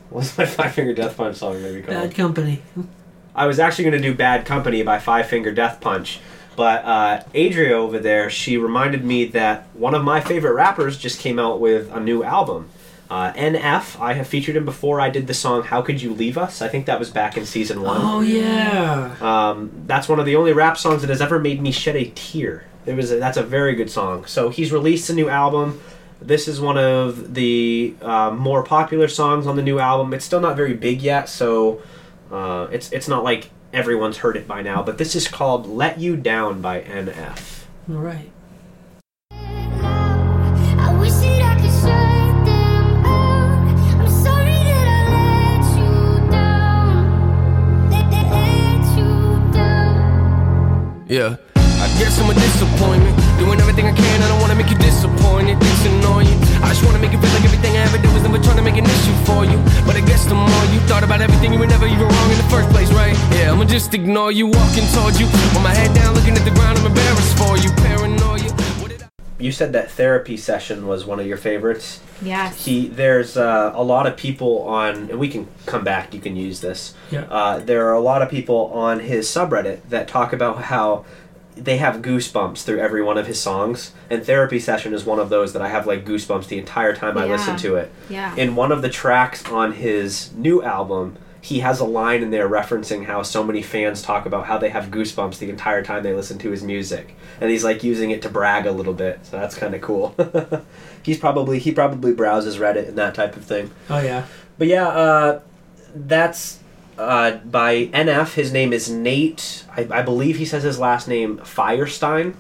Speaker 2: What's my Five Finger Death Punch song going to be called?
Speaker 3: Bad Company.
Speaker 2: I was actually going to do Bad Company by Five Finger Death Punch, but uh, Adria over there, she reminded me that one of my favorite rappers just came out with a new album. Uh, NF, I have featured him before. I did the song How Could You Leave Us? I think that was back in season
Speaker 3: Oh
Speaker 2: one.
Speaker 3: yeah.
Speaker 2: Um, that's one of the only rap songs that has ever made me shed a tear. It was a, that's a very good song. So he's released a new album. This is one of the uh, more popular songs on the new album. It's still not very big yet, so uh, it's it's not like everyone's heard it by now, but this is called "Let You Down" by NF.
Speaker 3: All right.
Speaker 6: I wish that I could shut them out. I'm sorry that I let you down. That that let you down.
Speaker 8: Yeah. I guess I'm a disappointment. Doing everything I can, I don't wanna make you disappointed. It's annoying. I just wanna make you feel like everything I ever do is never trying to make an issue for you. But I guess the more you thought about everything, you were never even wrong in the first place, right? Yeah, I'ma just ignore you, walking towards you. With my head down, looking at the ground, I'm embarrassed for you. Paranoia. What did I-
Speaker 2: You said that therapy session was one of your favorites.
Speaker 5: Yes.
Speaker 2: He there's uh, a lot of people on, and we can come back. You can use this.
Speaker 3: Yeah.
Speaker 2: Uh, there are a lot of people on his subreddit that talk about how they have goosebumps through every one of his songs, and therapy session is one of those that I have like goosebumps the entire time I
Speaker 5: Yeah.
Speaker 2: listen to it.
Speaker 5: Yeah.
Speaker 2: in one of the tracks on his new album, he has a line in there referencing how so many fans talk about how they have goosebumps the entire time they listen to his music, and he's like using it to brag a little bit. So that's kind of cool. he's probably he probably browses Reddit and that type of thing.
Speaker 3: Oh yeah.
Speaker 2: But yeah, uh, that's uh, by NF. His name is Nate. I, I believe he says his last name Firestein.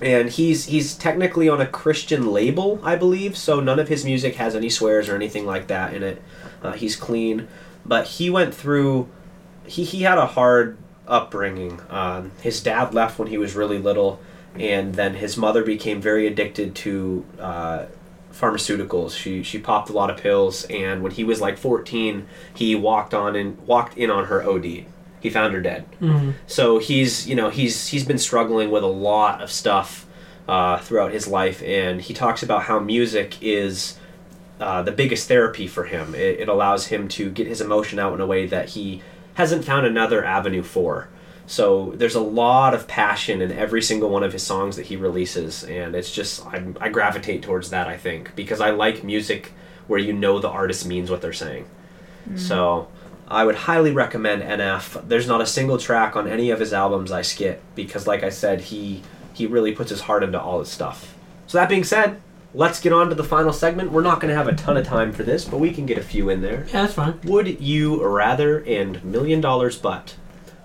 Speaker 2: And he's he's technically on a Christian label, I believe. So none of his music has any swears or anything like that in it. Uh, he's clean, but he went through. He he had a hard upbringing. Um, his dad left when he was really little, and then his mother became very addicted to. Uh, pharmaceuticals. She she popped a lot of pills, and when he was like fourteen, he walked on and walked in on her OD. He found her dead. So he's you know he's he's been struggling with a lot of stuff uh, throughout his life, and he talks about how music is. Uh, the biggest therapy for him. It, it allows him to get his emotion out in a way that he hasn't found another avenue for. So there's a lot of passion in every single one of his songs that he releases, and it's just i I gravitate towards that. I think because I like music where you know the artist means what they're saying. So I would highly recommend NF. There's not a single track on any of his albums I skip because, like I said, he he really puts his heart into all his stuff. So that being said, let's get on to the final segment. We're not going to have a ton of time for this, but we can get a few in there.
Speaker 3: Yeah, that's fine.
Speaker 2: Would you rather and million dollars but?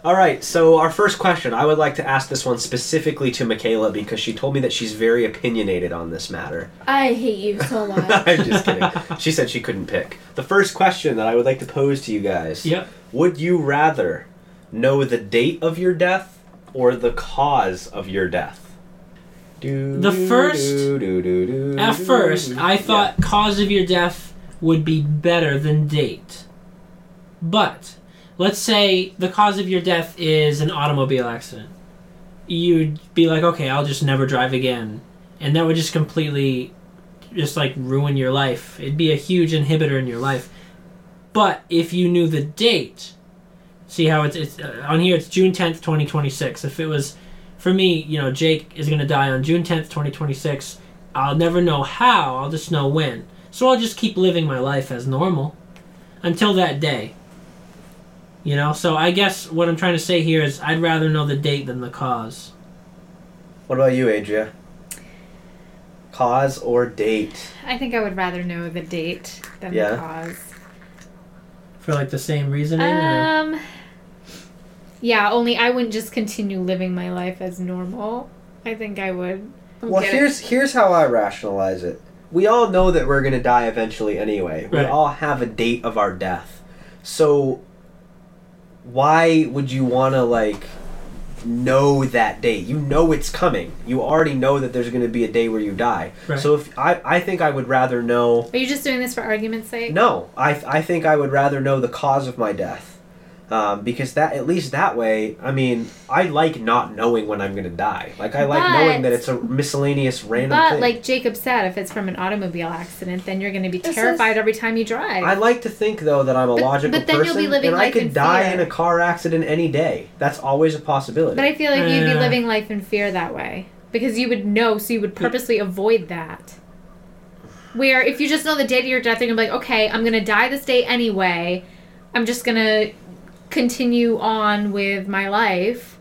Speaker 2: All right, so our first question, I would like to ask this one specifically to Michaela because she told me that she's very opinionated on this matter.
Speaker 4: it. I hate you so much.
Speaker 2: I'm just kidding. She said she couldn't pick. The first question that I would like to pose to you guys
Speaker 3: Yep.
Speaker 2: Would you rather know the date of your death or the cause of your death? Do,
Speaker 3: The first-
Speaker 2: do, do, do,
Speaker 3: At
Speaker 2: do, do.
Speaker 3: first, I
Speaker 2: Uh, Yeah.
Speaker 3: thought cause of your death would be better than date. But let's say the cause of your death is an automobile accident. You'd be like, okay, I'll just never drive again. And that would just completely just like ruin your life. It'd be a huge inhibitor in your life. But if you knew the date, see how it's, it's uh, on here, it's June 10th, 2026. If it was, for me, you know, Jake is going to die on June 10th, 2026. I'll never know how, I'll just know when. So I'll just keep living my life as normal until that day. You know, so I guess what I'm trying to say here is I'd rather know the date than the cause.
Speaker 2: What about you, Adria? Cause or date?
Speaker 5: I think I would rather know the date than
Speaker 2: Yeah.
Speaker 5: the cause.
Speaker 3: For like the same reasoning? or-
Speaker 5: Um. Yeah, only I wouldn't just continue living my life as normal. I think I would Don't
Speaker 2: Well,
Speaker 5: get it.
Speaker 2: here's here's how I rationalize it. We all know that we're gonna die eventually anyway. We
Speaker 3: Right.
Speaker 2: all have a date of our death. So why would you want to like know that date? You know it's coming. You already know that there's gonna be a day where you die.
Speaker 3: Right.
Speaker 2: So if I I think I would rather know
Speaker 5: Are you just doing this for argument's sake?
Speaker 2: No, I, I think I would rather know the cause of my death. Um, because that at least that way, I mean, I like not knowing when I'm gonna die. Like I like knowing
Speaker 5: But-
Speaker 2: that it's a miscellaneous random
Speaker 5: But
Speaker 2: thing.
Speaker 5: like Jacob said, if it's from an automobile accident, then you're going to be
Speaker 4: This
Speaker 5: terrified
Speaker 4: is-
Speaker 5: every time you drive.
Speaker 2: I like to think though that I'm a
Speaker 5: But-
Speaker 2: logical
Speaker 5: but then you'll be
Speaker 2: person,
Speaker 5: living
Speaker 2: and I
Speaker 5: life
Speaker 2: could
Speaker 5: in
Speaker 2: die
Speaker 5: fear.
Speaker 2: in a car accident any day. That's always a possibility.
Speaker 5: but I feel like you'd be
Speaker 3: Yeah.
Speaker 5: living life in fear that way because you would know, so you would purposely avoid that. Where if you just know the date of your death, you're gonna be like, okay, I'm gonna die this day anyway. I'm just gonna continue on with my life.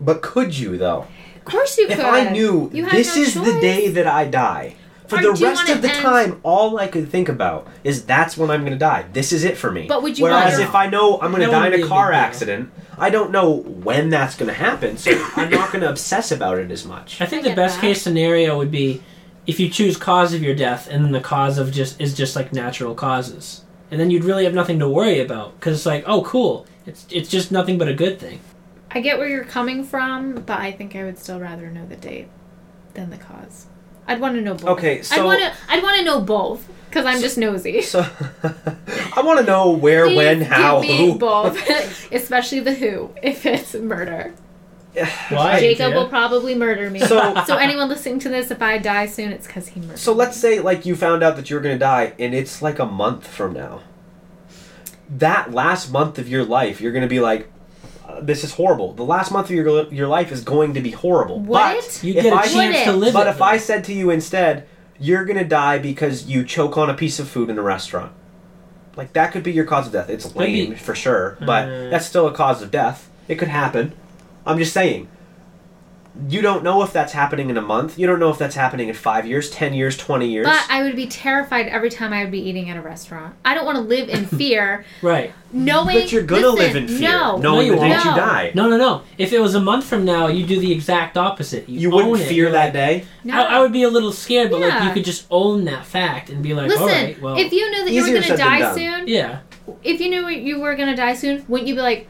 Speaker 2: but could you though?
Speaker 5: Of course you
Speaker 2: If
Speaker 5: could.
Speaker 2: I knew
Speaker 5: you had
Speaker 2: this
Speaker 5: no
Speaker 2: is the
Speaker 5: choice.
Speaker 2: day that I die, for
Speaker 5: Or
Speaker 2: the
Speaker 5: do you
Speaker 2: rest
Speaker 5: wanna
Speaker 2: of the
Speaker 5: end-
Speaker 2: time, all I could think about is that's when I'm going to die. This is it for me.
Speaker 5: But would you
Speaker 2: Whereas
Speaker 5: want your-
Speaker 2: if I know I'm going to
Speaker 3: That
Speaker 2: die
Speaker 3: wouldn't
Speaker 2: in
Speaker 3: be
Speaker 2: a
Speaker 3: a
Speaker 2: car
Speaker 3: big deal.
Speaker 2: accident, I don't know when that's going to happen, so I'm not going to obsess about it as much.
Speaker 3: I think
Speaker 5: I
Speaker 3: the
Speaker 5: get
Speaker 3: best
Speaker 5: that.
Speaker 3: case scenario would be if you choose cause of your death, and then the cause of just is just like natural causes, and then you'd really have nothing to worry about because it's like, oh, cool, it's it's just nothing but a good thing.
Speaker 5: I get where you're coming from, but I think I would still rather know the date than the cause. I'd want to know both.
Speaker 2: Okay,
Speaker 5: I'd
Speaker 2: so-
Speaker 5: want to. I'd want to know both because I'm just nosy.
Speaker 2: So I want to know where,
Speaker 5: Please
Speaker 2: when, how,
Speaker 5: give me
Speaker 2: who.
Speaker 5: both, especially the who. If it's murder,
Speaker 3: Why?
Speaker 5: Jacob
Speaker 3: Andrea?
Speaker 5: will probably murder me.
Speaker 2: So-
Speaker 5: so anyone listening to this, if I die soon, it's because he murdered.
Speaker 2: So
Speaker 5: me.
Speaker 2: let's say like you found out that you were going to die and it's like a month from now. That last month of your life, you're going to be like "Uh, this is horrible. The last month of your your life is going to be horrible.
Speaker 5: Would
Speaker 2: But
Speaker 5: it?
Speaker 3: you
Speaker 2: if
Speaker 3: get a
Speaker 2: I-
Speaker 3: chance to
Speaker 5: Would it?
Speaker 3: live.
Speaker 2: But
Speaker 3: it,
Speaker 2: if I
Speaker 3: though.
Speaker 2: said to you instead, you're going to die because you choke on a piece of food in a restaurant. Like that could be your cause of death. It's
Speaker 3: Maybe.
Speaker 2: lame for sure, but
Speaker 3: Mm.
Speaker 2: that's still a cause of death. It could happen. I'm just saying. You don't know if that's happening in a month. You don't know if that's happening in 5 years, 10 years, 20 years.
Speaker 5: But I would be terrified every time I would be eating at a restaurant. I don't want to live in fear,
Speaker 3: right?
Speaker 5: knowing.
Speaker 2: But you're gonna live in
Speaker 5: Listen,
Speaker 2: fear,
Speaker 5: No,
Speaker 2: knowing the
Speaker 3: No, you
Speaker 2: day
Speaker 5: won't.
Speaker 2: you
Speaker 5: No.
Speaker 2: die.
Speaker 3: No, no, no. If it was a month from now, you do the exact opposite. You,
Speaker 2: You
Speaker 3: own
Speaker 2: wouldn't
Speaker 3: it.
Speaker 2: fear
Speaker 3: You're
Speaker 2: that
Speaker 3: like-
Speaker 2: day.
Speaker 5: No.
Speaker 3: I, I would be a little scared, but like
Speaker 5: Yeah.
Speaker 3: you could just own that fact and be like,
Speaker 5: Listen,
Speaker 3: all right, well,
Speaker 5: if you knew that you were
Speaker 2: Easier
Speaker 5: going to
Speaker 2: said than
Speaker 5: die
Speaker 2: done.
Speaker 5: soon,
Speaker 3: yeah,
Speaker 5: if you knew you were going to die soon, wouldn't you be like,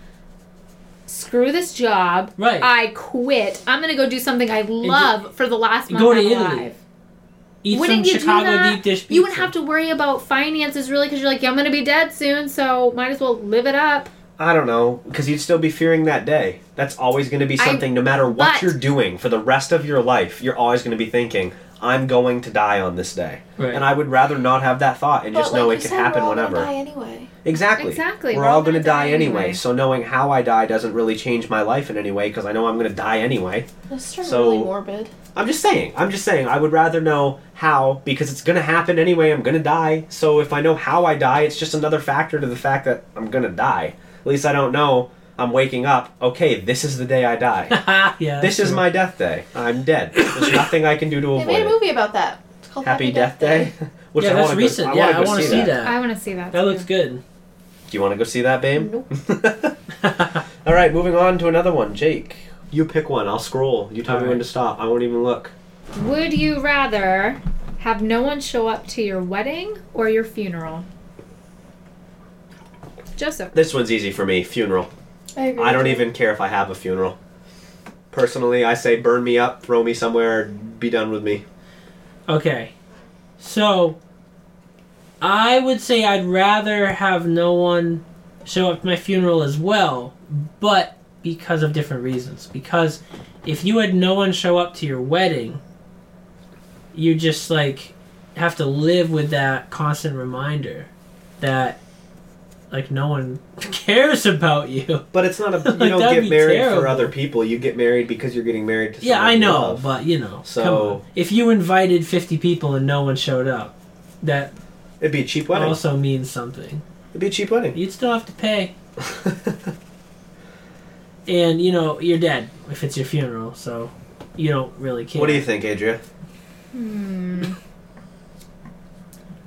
Speaker 5: screw this job,
Speaker 3: Right.
Speaker 5: I quit, I'm going to go do something I love for the last
Speaker 3: and
Speaker 5: month
Speaker 3: go
Speaker 5: of
Speaker 3: to
Speaker 5: my
Speaker 3: Italy.
Speaker 5: life?
Speaker 3: eat
Speaker 5: Wouldn't
Speaker 3: some
Speaker 5: you
Speaker 3: Chicago
Speaker 5: do that?
Speaker 3: deep dish pizza.
Speaker 5: You wouldn't have to worry about finances really because you're like, yeah, I'm going to be dead soon, so might as well live it up.
Speaker 2: I don't know, because you'd still be fearing that day. That's always going to be
Speaker 5: I-
Speaker 2: something, no matter what
Speaker 5: but-
Speaker 2: you're doing for the rest of your life, you're always going to be thinking, I'm going to die on this day.
Speaker 3: Right.
Speaker 2: And I would rather not have that thought and
Speaker 4: But
Speaker 2: just
Speaker 4: like
Speaker 2: know
Speaker 4: you
Speaker 2: it could
Speaker 4: said, we're
Speaker 2: happen
Speaker 4: all gonna
Speaker 2: whenever.
Speaker 4: die anyway.
Speaker 2: Exactly.
Speaker 5: Exactly,
Speaker 2: We're, all going to die, anyway, so knowing how I die doesn't really change my life in any way, because I know I'm going to die anyway.
Speaker 4: This turned
Speaker 2: So-
Speaker 4: really morbid.
Speaker 2: I'm just saying. I'm just saying. I would rather know how because it's gonna happen anyway. I'm gonna die. So if I know how I die, it's just another factor to the fact that I'm gonna die. At least I don't know. I'm waking up. Okay, this is the day I die.
Speaker 3: Ah, yeah.
Speaker 2: this is
Speaker 3: that's true.
Speaker 2: my death day. I'm dead. There's nothing I can do to
Speaker 4: They made
Speaker 2: avoid
Speaker 4: a
Speaker 2: it.
Speaker 4: movie about that. It's called
Speaker 2: oh Happy Death Day. Which
Speaker 3: yeah,
Speaker 2: I
Speaker 3: that's
Speaker 2: wanna
Speaker 3: recent.
Speaker 2: Go, I
Speaker 3: yeah,
Speaker 2: wanna
Speaker 3: I
Speaker 2: go
Speaker 3: want to see that.
Speaker 5: I want to see that.
Speaker 3: That
Speaker 5: too.
Speaker 3: looks good.
Speaker 2: Do you want to go see that, babe?
Speaker 4: Nope.
Speaker 2: All right, moving on to another one. Jake, you pick one. I'll scroll. You tell me when
Speaker 3: Alright.
Speaker 2: to stop. I won't even look.
Speaker 5: Would you rather have no one show up to your wedding or your funeral? Joseph.
Speaker 2: This one's easy for me. Funeral.
Speaker 4: I agree.
Speaker 2: I don't
Speaker 4: with you.
Speaker 2: even care if I have a funeral. Personally, I say burn me up, throw me somewhere, be done with me.
Speaker 3: Okay, so I would say I'd rather have no one show up to my funeral as well, but because of different reasons. Because if you had no one show up to your wedding, you just like have to live with that constant reminder that like no one cares about you.
Speaker 2: But it's not a you
Speaker 3: Like,
Speaker 2: don't
Speaker 3: that'd
Speaker 2: get
Speaker 3: be
Speaker 2: married for
Speaker 3: terrible.
Speaker 2: other people. You get married because you're getting married to someone
Speaker 3: Yeah, I
Speaker 2: you
Speaker 3: know,
Speaker 2: love.
Speaker 3: but you know,
Speaker 2: So-
Speaker 3: come on. if you invited fifty people and no one showed up, that
Speaker 2: It'd be a cheap wedding.
Speaker 3: also means something.
Speaker 2: It'd be a cheap wedding.
Speaker 3: You'd still have to pay, and you know you're dead if it's your funeral, so you don't really care.
Speaker 2: What do you think, Adria?
Speaker 3: Hmm.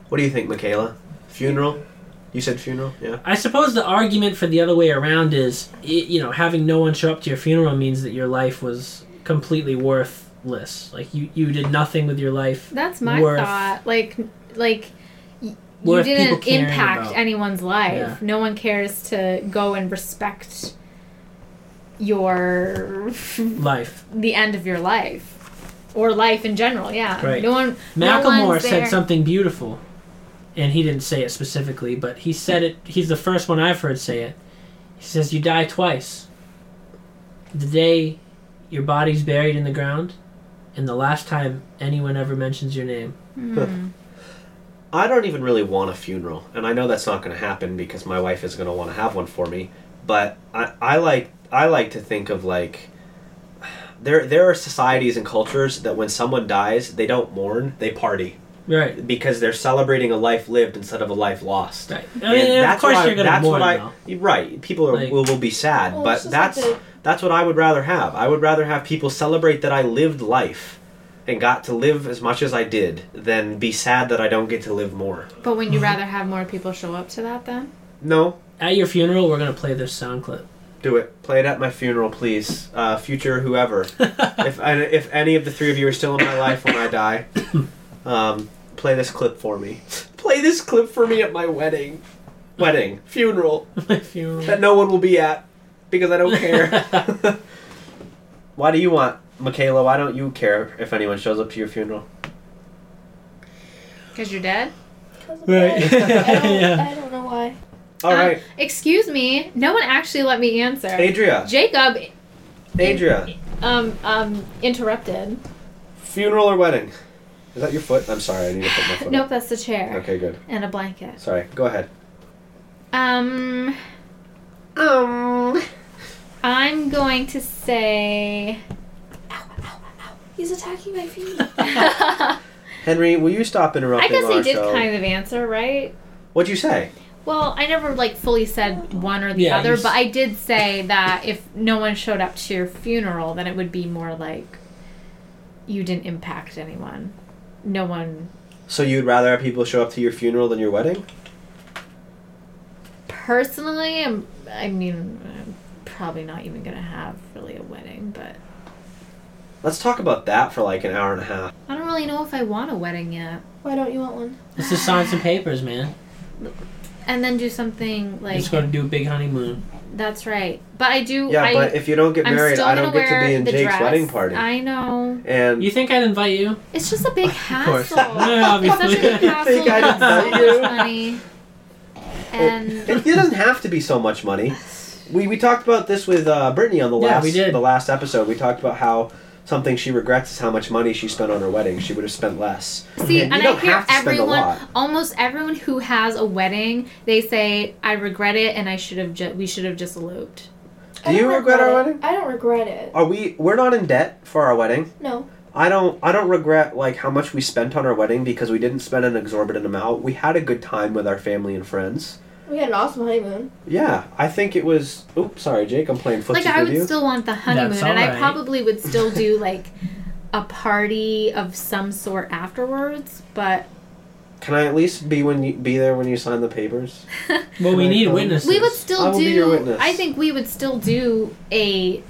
Speaker 2: What do you think, Michaela? Funeral? You said funeral? Yeah.
Speaker 3: I suppose the argument for the other way around is, i you know, having no one show up to your funeral means that your life was completely worth lists. Like you, you did nothing with your life.
Speaker 5: That's my
Speaker 3: worth-
Speaker 5: thought. Like, like y- you
Speaker 3: Worth people
Speaker 5: didn't
Speaker 3: caring
Speaker 5: impact
Speaker 3: about.
Speaker 5: anyone's life.
Speaker 3: Yeah.
Speaker 5: No one cares to go and respect your
Speaker 3: Life.
Speaker 5: the end of your life or life in general. Yeah.
Speaker 3: Right.
Speaker 5: No one. no
Speaker 3: Macklemore
Speaker 5: one's
Speaker 3: said
Speaker 5: there.
Speaker 3: something beautiful, and he didn't say it specifically, but he said it. He's the first one I've heard say it. He says, "You die twice. The day your body's buried in the ground, and the last time anyone ever mentions your name."
Speaker 2: I don't even really want a funeral, and I know that's not going to happen because my wife is going to want to have one for me. But I, I like I like to think of like there there are societies and cultures that when someone dies, they don't mourn, they party
Speaker 3: Right.
Speaker 2: because they're celebrating a life lived instead of a life lost.
Speaker 3: Right. I mean,
Speaker 2: And
Speaker 3: of course
Speaker 2: what I-
Speaker 3: you're gonna
Speaker 2: that's
Speaker 3: mourn.
Speaker 2: what I-
Speaker 3: though.
Speaker 2: Right, people are,
Speaker 3: Like-
Speaker 2: will, will be sad,
Speaker 4: Well,
Speaker 2: but
Speaker 4: it's just like
Speaker 2: that's
Speaker 4: the-
Speaker 2: that's what I would rather have. I would rather have people celebrate that I lived life and got to live as much as I did than be sad that I don't get to live more.
Speaker 5: But wouldn't you rather have more people show up to that then?
Speaker 2: No,
Speaker 3: At your funeral, we're gonna play this sound clip.
Speaker 2: do it. Play it at my funeral, please. Uh, future whoever, if and if any of the three of you are still in my life when I die, um, play this clip for me. Play this clip for me at my wedding, wedding funeral
Speaker 3: My funeral.
Speaker 2: that no one will be at because I don't care. why do you want, Michaela? Why don't you care if anyone shows up to your funeral?
Speaker 5: Because you're dead.
Speaker 3: Right.
Speaker 4: I, don't,
Speaker 3: Yeah.
Speaker 4: I don't know why.
Speaker 2: All
Speaker 5: Um,
Speaker 2: right,
Speaker 5: Excuse me. No one actually let me answer.
Speaker 2: Adria.
Speaker 5: Jacob,
Speaker 2: Adria,
Speaker 5: um, um, interrupted.
Speaker 2: funeral or wedding? Is that your foot? I'm sorry. I need to put my foot.
Speaker 5: Nope,
Speaker 2: up.
Speaker 5: that's the chair
Speaker 2: Okay, good.
Speaker 5: and a blanket.
Speaker 2: Sorry. Go ahead.
Speaker 5: Um,
Speaker 2: Um.
Speaker 5: I'm going to say.
Speaker 4: He's attacking my feet.
Speaker 5: I
Speaker 2: Henry, will you stop interrupting
Speaker 5: guess I
Speaker 2: our
Speaker 5: did
Speaker 2: show?
Speaker 5: kind of answer, right?
Speaker 2: What'd you say?
Speaker 5: Well, I never like fully said one or the
Speaker 3: Yeah, you
Speaker 5: other,
Speaker 3: s-
Speaker 5: but I did say that if no one showed up to your funeral, then it would be more like you didn't impact anyone. No one
Speaker 2: So you'd rather have people show up to your funeral than your wedding?
Speaker 5: personally. i I mean, I'm probably not even gonna have really a wedding, but
Speaker 2: Let's talk about that for like an hour and a half.
Speaker 5: I don't really know if I want a wedding yet.
Speaker 4: Why don't you want one?
Speaker 3: Let's just sign some papers, man.
Speaker 5: And then do something like
Speaker 3: Let's go to do a big honeymoon.
Speaker 5: that's right. But I do.
Speaker 2: Yeah,
Speaker 5: I,
Speaker 2: but if you don't get
Speaker 5: I'm
Speaker 2: married,
Speaker 5: still
Speaker 2: I
Speaker 5: gonna
Speaker 2: don't get to
Speaker 5: wear
Speaker 2: be in
Speaker 5: the
Speaker 2: Jake's
Speaker 5: dress.
Speaker 2: wedding party.
Speaker 5: I know.
Speaker 2: and
Speaker 3: You think I'd invite you?
Speaker 5: It's just a big
Speaker 3: course.
Speaker 5: hassle.
Speaker 3: No,
Speaker 5: it's such a
Speaker 3: obviously.
Speaker 5: big hassle.
Speaker 2: Think I
Speaker 5: it's so
Speaker 2: didn't know you? Oh,
Speaker 5: much money.
Speaker 2: it,
Speaker 5: And
Speaker 2: it doesn't have to be so much money. We, we talked about this with uh, Brittany on the
Speaker 3: Yeah,
Speaker 2: last
Speaker 3: we did.
Speaker 2: the last episode. We talked about how something she regrets is how much money she spent on her wedding. She would have spent less.
Speaker 5: see,
Speaker 2: And
Speaker 5: and,
Speaker 2: you
Speaker 5: I
Speaker 2: don't
Speaker 5: hear
Speaker 2: have to spend a
Speaker 5: everyone,
Speaker 2: lot.
Speaker 5: almost everyone who has a wedding, they say, "I regret it, and I should have. Ju- we should have just eloped."
Speaker 2: Do you regret our
Speaker 4: it.
Speaker 2: wedding?
Speaker 4: I don't regret it.
Speaker 2: Are we? We're not in debt for our wedding.
Speaker 4: No.
Speaker 2: I don't. I don't regret like how much we spent on our wedding because we didn't spend an exorbitant amount. We had a good time with our family and friends.
Speaker 4: We had an awesome honeymoon.
Speaker 2: Yeah, I think it was. Oops, sorry, Jake. I'm playing footsie
Speaker 5: like I
Speaker 2: with
Speaker 5: would
Speaker 2: you.
Speaker 5: still want the honeymoon,
Speaker 3: That's
Speaker 5: and
Speaker 3: alright.
Speaker 5: I probably would still do like a party of some sort afterwards. But
Speaker 2: Can I at least be when you, be there when you sign the papers?
Speaker 3: Well, we
Speaker 2: Can I
Speaker 3: need
Speaker 2: come?
Speaker 3: witnesses.
Speaker 5: we would still
Speaker 2: I will
Speaker 5: do.
Speaker 2: be your witness.
Speaker 5: I think we would still do a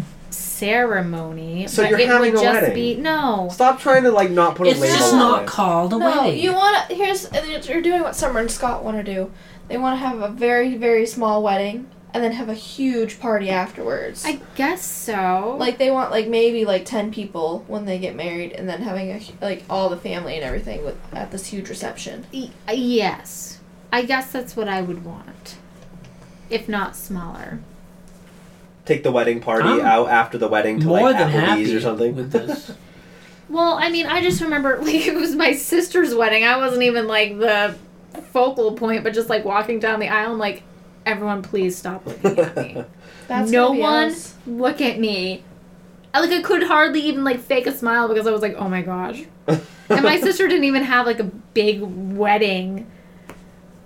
Speaker 5: ceremony.
Speaker 2: So
Speaker 5: but
Speaker 2: you're
Speaker 5: it
Speaker 2: having
Speaker 5: would
Speaker 2: a
Speaker 5: just
Speaker 2: wedding.
Speaker 5: Be, no,
Speaker 2: Stop trying to like not put
Speaker 3: It's
Speaker 2: a label
Speaker 3: just
Speaker 2: on
Speaker 3: not
Speaker 2: it.
Speaker 3: called a
Speaker 4: No,
Speaker 3: wedding.
Speaker 4: you want to. Here's. You're doing what Summer and Scott want to do. They want to have a very, very small wedding and then have a huge party afterwards.
Speaker 5: I guess so.
Speaker 4: like they want like maybe like 10 people when they get married and then having a hu- like all the family and everything with at this huge reception
Speaker 5: Y- uh, yes, I guess that's what I would want, if not smaller.
Speaker 2: Take the wedding party
Speaker 3: I'm
Speaker 2: out after the wedding to
Speaker 3: More
Speaker 2: like
Speaker 3: than
Speaker 2: Applebee's
Speaker 3: happy
Speaker 2: or something.
Speaker 3: with this.
Speaker 5: Well, I mean, I just remember like it was my sister's wedding. I wasn't even like the focal point, but just like walking down the aisle, I'm like, everyone, please stop looking at me.
Speaker 4: that's
Speaker 5: no
Speaker 4: gonna be
Speaker 5: one
Speaker 4: us.
Speaker 5: look at me. I, like I could hardly even like fake a smile because I was like, oh my gosh. and my sister didn't even have like a big wedding,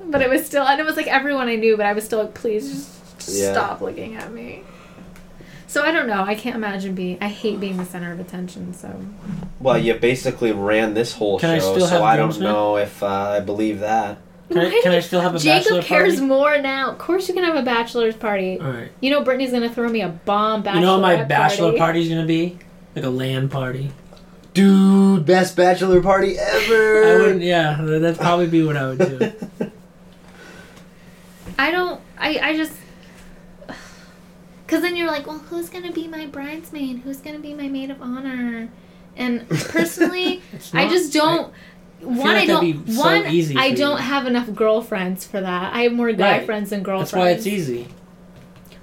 Speaker 5: but it was still, and it was like everyone I knew, but I was still like, please just, just
Speaker 2: Yeah.
Speaker 5: stop looking at me. So I don't know. I can't imagine being. I hate being the center of attention. So
Speaker 2: Well, you basically ran this whole
Speaker 3: Can I
Speaker 2: show,
Speaker 3: still have
Speaker 2: so I don't
Speaker 3: groomsmen?
Speaker 2: know if uh, I believe that.
Speaker 3: Can I, can I still have a bachelor
Speaker 5: Jacob cares
Speaker 3: party?
Speaker 5: more now. Of course, you can have a bachelor's party.
Speaker 3: All right.
Speaker 5: You know, Brittany's gonna throw me a bomb. Bachelorette
Speaker 3: You know what my bachelor
Speaker 5: party.
Speaker 3: party's gonna be? Like a land party.
Speaker 9: dude, best bachelor party ever.
Speaker 3: I would, yeah, that'd probably be what I would do.
Speaker 5: I don't. I, I just. Because then you're like, well, who's going to be my bridesmaid? Who's going to be my maid of honor? And personally, I
Speaker 3: not-
Speaker 5: just don't. one,
Speaker 3: like
Speaker 5: I
Speaker 3: that'd
Speaker 5: don't.
Speaker 3: be so
Speaker 5: One,
Speaker 3: easy
Speaker 5: I
Speaker 3: for
Speaker 5: don't
Speaker 3: you.
Speaker 5: have enough girlfriends for that. I have more guy
Speaker 3: Right.
Speaker 5: friends than girlfriends.
Speaker 3: That's why it's e- easy.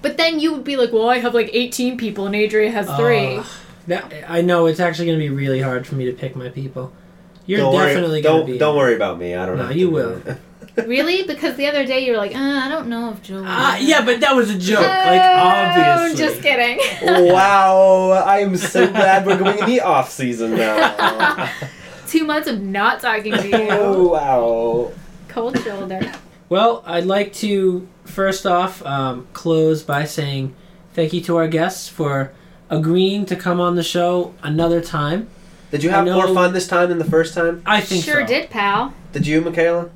Speaker 5: But then you would be like, well, I have like 18 people, and Adria has three.
Speaker 3: Ugh. that I know it's actually going to be really hard for me to pick my people. You're
Speaker 2: don't
Speaker 3: definitely
Speaker 2: worry,
Speaker 3: going
Speaker 2: don't,
Speaker 3: to be.
Speaker 2: don't worry about me. I don't
Speaker 3: No,
Speaker 2: know.
Speaker 3: you will.
Speaker 5: really? Because the other day you were like, uh, I don't know if Julie.
Speaker 3: Ah, yeah, but that was a joke. like
Speaker 5: Oh,
Speaker 3: obviously. Oh.
Speaker 5: Just kidding.
Speaker 2: wow, I am so glad we're going in the off season now.
Speaker 5: Two months of not talking to you.
Speaker 2: oh wow.
Speaker 5: Cold shoulder.
Speaker 3: Well, I'd like to first off um, close by saying thank you to our guests for agreeing to come on the show another time.
Speaker 2: Did you
Speaker 3: I
Speaker 2: have more
Speaker 3: know-
Speaker 2: fun this time than the first time?
Speaker 3: I think
Speaker 5: sure
Speaker 3: so.
Speaker 5: did, pal.
Speaker 2: Did you, Michaela?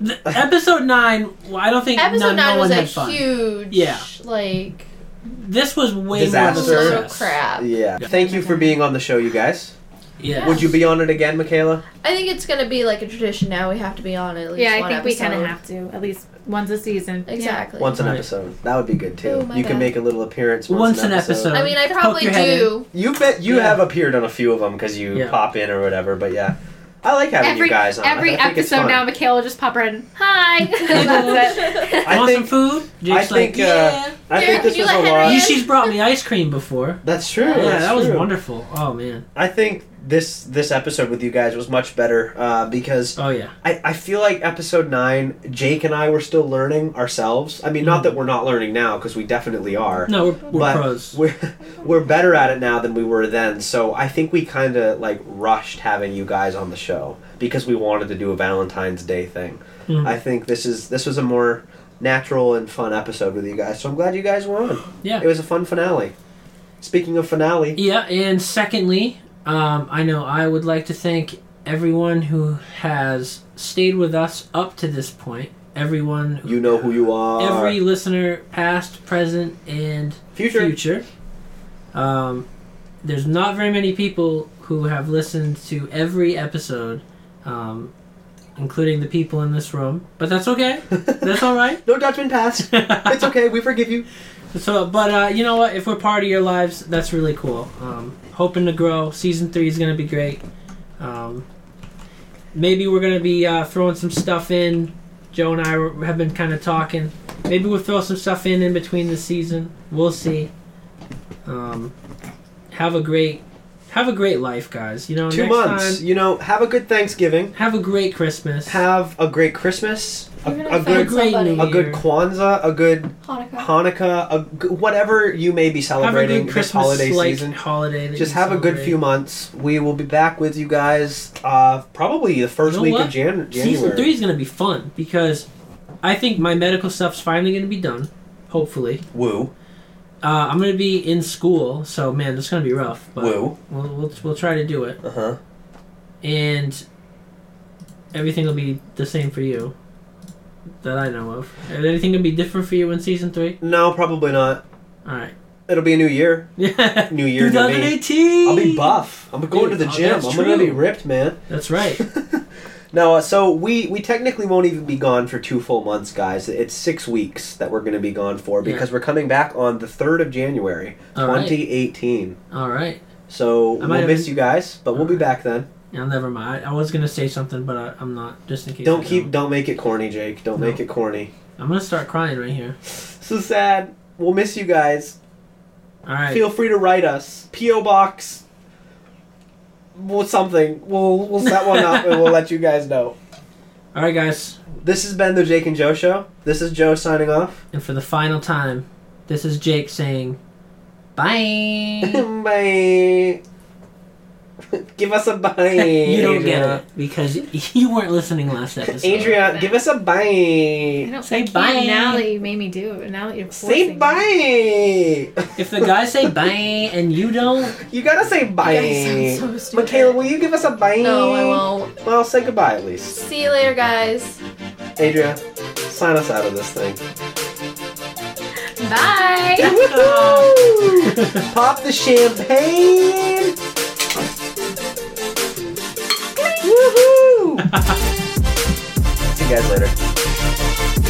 Speaker 3: The- episode nine. Well, I don't think
Speaker 4: Episode
Speaker 3: no, no
Speaker 4: nine was
Speaker 3: one
Speaker 4: a
Speaker 3: had fun.
Speaker 4: huge,
Speaker 3: Yeah.
Speaker 4: like
Speaker 3: This was way
Speaker 2: Disaster.
Speaker 3: more of a
Speaker 4: load of
Speaker 3: success.
Speaker 4: crap.
Speaker 2: Yeah. Thank you for being on the show, you guys.
Speaker 3: Yeah.
Speaker 2: Would you be on it again, Michaela?
Speaker 4: I think it's gonna be like a tradition now. We have to be on at least
Speaker 5: Yeah, I
Speaker 4: one
Speaker 5: think we kind of
Speaker 4: episode.
Speaker 5: have to. At least once a season.
Speaker 4: exactly.
Speaker 2: Once an
Speaker 3: Right.
Speaker 2: episode. That would be good too.
Speaker 4: Oh, my
Speaker 2: you can
Speaker 4: bad.
Speaker 2: make a little appearance once,
Speaker 3: Once an episode.
Speaker 4: I mean, I
Speaker 3: Poke
Speaker 4: probably
Speaker 3: your head
Speaker 4: do.
Speaker 2: You bet you
Speaker 3: Yeah.
Speaker 2: have appeared on a few of them because you
Speaker 3: Yeah.
Speaker 2: pop in or whatever. But yeah, I like having
Speaker 5: Every,
Speaker 2: you guys on. I
Speaker 5: every
Speaker 2: think it's
Speaker 5: episode
Speaker 2: fun.
Speaker 5: now, Michaela just pop her in. Hi. That's it.
Speaker 2: I
Speaker 3: want
Speaker 2: think,
Speaker 3: some food?
Speaker 2: I
Speaker 3: Jake's
Speaker 2: think,
Speaker 3: like,
Speaker 2: uh, I
Speaker 4: Yeah,
Speaker 2: think
Speaker 4: can
Speaker 2: this
Speaker 4: you
Speaker 2: was
Speaker 4: let
Speaker 2: a
Speaker 4: Henry
Speaker 2: lot.
Speaker 4: in?
Speaker 3: "You- she's brought me ice cream before.
Speaker 2: That's true.
Speaker 3: Yeah,
Speaker 2: that's
Speaker 3: that was
Speaker 2: true.
Speaker 3: wonderful. Oh man.
Speaker 2: I think this this episode with you guys was much better uh, because
Speaker 3: Oh yeah.
Speaker 2: I, I feel like episode nine, Jake and I were still learning ourselves. I mean, not that we're not learning now because we definitely are.
Speaker 3: Mm. No, we're, we're
Speaker 2: but
Speaker 3: pros.
Speaker 2: we're we're better at it now than we were then. So I think we kind of like rushed having you guys on the show because we wanted to do a Valentine's Day thing.
Speaker 3: Mhm.
Speaker 2: I think this is this was a more natural and fun episode with you guys. So I'm glad you guys were on.
Speaker 3: Yeah.
Speaker 2: it was a fun finale. Speaking of finale,
Speaker 3: Yeah, and secondly, um, I know I would like to thank everyone who has stayed with us up to this point. Everyone, who,
Speaker 2: you know who you are.
Speaker 3: every listener, past, present, and
Speaker 2: Future.
Speaker 3: future. Um, there's not very many people who have listened to every episode, um, including the people in this room. But that's okay. that's all right.
Speaker 2: no judgment passed. it's okay. We forgive you.
Speaker 3: So, but uh, you know what? If we're part of your lives, that's really cool. Um, hoping to grow. Season three is gonna be great. Um, maybe we're gonna be uh, throwing some stuff in. Joe and I were- have been kind of talking. Maybe we'll throw some stuff in in between the season. We'll see. Um, have a great, have a great life, guys. You know,
Speaker 2: Two
Speaker 3: next
Speaker 2: months.
Speaker 3: time,
Speaker 2: You know, have a good Thanksgiving.
Speaker 3: have a great Christmas.
Speaker 2: Have a great Christmas. A,
Speaker 4: You're
Speaker 2: a
Speaker 4: gonna
Speaker 3: have a
Speaker 2: good.
Speaker 4: find
Speaker 3: great
Speaker 4: somebody.
Speaker 3: New
Speaker 2: A good
Speaker 3: Year.
Speaker 2: Kwanzaa, a good
Speaker 4: Hanukkah.
Speaker 2: Hanukkah, a g- whatever you may be
Speaker 3: have a
Speaker 2: celebrating
Speaker 3: good
Speaker 2: this
Speaker 3: Christmas
Speaker 2: holiday
Speaker 3: like
Speaker 2: season.
Speaker 3: holiday. that
Speaker 2: Just
Speaker 3: you
Speaker 2: have a good
Speaker 3: celebrate.
Speaker 2: few months. We will be back with you guys uh, probably the first
Speaker 3: You know
Speaker 2: week
Speaker 3: what?
Speaker 2: of Jan- January.
Speaker 3: Season three is going to be fun because I think my medical stuff's finally going to be done. Hopefully,
Speaker 2: Woo,
Speaker 3: uh, I'm going to be in school, so man, it's going to be rough. But
Speaker 2: woo.
Speaker 3: We'll, we'll we'll try to do it,
Speaker 2: Uh huh.
Speaker 3: and everything will be the same for you that I know of. Is anything going to be different for you in season three?
Speaker 2: No, probably not.
Speaker 3: All right.
Speaker 2: It'll be a new year.
Speaker 3: Yeah.
Speaker 2: New year, new me.
Speaker 3: 2018.
Speaker 2: I'll be buff. I'm going to the
Speaker 3: Oh,
Speaker 2: gym.
Speaker 3: that's
Speaker 2: I'm gonna be
Speaker 3: true.
Speaker 2: ripped, man.
Speaker 3: That's right.
Speaker 2: No, uh, so we we technically won't even be gone for two full months, guys. It's six weeks that we're gonna be gone for
Speaker 3: Yeah.
Speaker 2: because we're coming back on the third of January,
Speaker 3: All right.
Speaker 2: 2018.
Speaker 3: All right.
Speaker 2: So
Speaker 3: I might
Speaker 2: we'll
Speaker 3: have
Speaker 2: miss
Speaker 3: been-
Speaker 2: you guys, but we'll be back then.
Speaker 3: Yeah, never mind. I, I was going to say something, but I, I'm not. Just in case.
Speaker 2: Don't
Speaker 3: I
Speaker 2: keep. Don't make it corny, Jake. Don't
Speaker 3: No.
Speaker 2: make it corny.
Speaker 3: I'm going to start crying right here.
Speaker 2: So sad. We'll miss you guys.
Speaker 3: All right.
Speaker 2: Feel free to write us. PO box. Well, something. We'll we'll set one up and we'll let you guys know.
Speaker 3: All right, guys.
Speaker 2: This has been the Jake and Joe show. This is Joe signing off.
Speaker 3: And for the final time, this is Jake saying, bye.
Speaker 2: bye. give us a bye.
Speaker 3: you don't get it because you weren't listening last episode.
Speaker 2: Adrian, give us a
Speaker 5: I
Speaker 2: bye.
Speaker 5: don't
Speaker 3: Say
Speaker 5: I can't
Speaker 3: bye.
Speaker 5: now that you made me do it. Now that you're forcing
Speaker 2: Say
Speaker 5: me.
Speaker 2: bye.
Speaker 3: If the guys say bye and you don't,
Speaker 2: You gotta say bye.
Speaker 4: guys sound so stupid.
Speaker 2: Michaela, will you give us a bye?
Speaker 4: No, I won't.
Speaker 2: Well, say goodbye at least.
Speaker 4: See you later, guys.
Speaker 2: Adria, sign us out of this thing.
Speaker 5: Bye.
Speaker 2: Woo! Pop the champagne. See you guys later.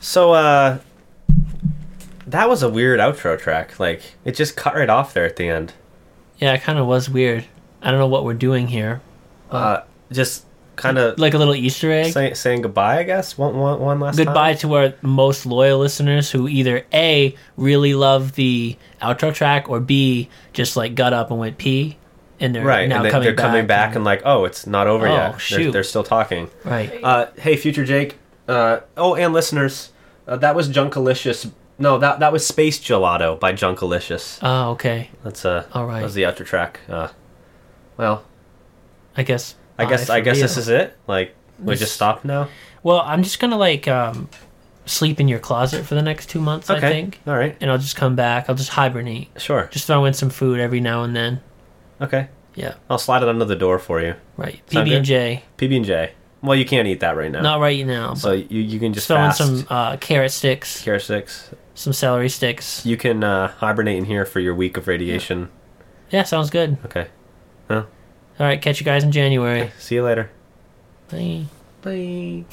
Speaker 2: So uh that was a weird outro track. Like it just cut right off there at the end.
Speaker 3: Yeah, it kind of was weird. I don't know what we're doing here.
Speaker 2: Uh just kind of
Speaker 3: Like a little Easter egg.
Speaker 2: say, saying goodbye, I guess. One one one last
Speaker 3: Goodbye
Speaker 2: time.
Speaker 3: to our most loyal listeners who either A, really love the outro track, or B, just like got up and went pee and they're
Speaker 2: Right,
Speaker 3: now
Speaker 2: and they,
Speaker 3: coming
Speaker 2: they're
Speaker 3: back.
Speaker 2: coming back and like, oh, it's not over
Speaker 3: Oh,
Speaker 2: yet. They're- They're,
Speaker 3: shoot.
Speaker 2: still talking.
Speaker 3: Right.
Speaker 2: Uh, hey, future Jake. Uh, oh, and listeners, uh, that was Junkalicious. No, that that was Space Gelato by Junkalicious.
Speaker 3: Oh, okay.
Speaker 2: That's uh,
Speaker 3: All right.
Speaker 2: That was the outro track. Uh, well,
Speaker 3: I guess.
Speaker 2: I guess
Speaker 3: bye
Speaker 2: I
Speaker 3: for
Speaker 2: guess
Speaker 3: real.
Speaker 2: this is it. Like, we
Speaker 3: This-
Speaker 2: just stop now.
Speaker 3: Well, I'm just gonna like um, sleep in your closet for the next two months,
Speaker 2: Okay.
Speaker 3: I think,
Speaker 2: All right.
Speaker 3: and I'll just come back. I'll just hibernate.
Speaker 2: Sure.
Speaker 3: Just throw in some food every now and then.
Speaker 2: Okay.
Speaker 3: Yeah.
Speaker 2: I'll slide it under the door for you.
Speaker 3: Right.
Speaker 2: Sound
Speaker 3: PB and J.
Speaker 2: PB and J. Well, you can't eat that right now.
Speaker 3: Not right now. But
Speaker 2: So you you can just
Speaker 3: just throw in
Speaker 2: fast.
Speaker 3: some uh, carrot sticks,
Speaker 2: Care six.
Speaker 3: some celery sticks.
Speaker 2: You can uh, hibernate in here for your week of radiation.
Speaker 3: Yeah, sounds good.
Speaker 2: Okay.
Speaker 3: All right, catch you guys in January.
Speaker 2: See you later.
Speaker 3: Bye.
Speaker 2: Bye.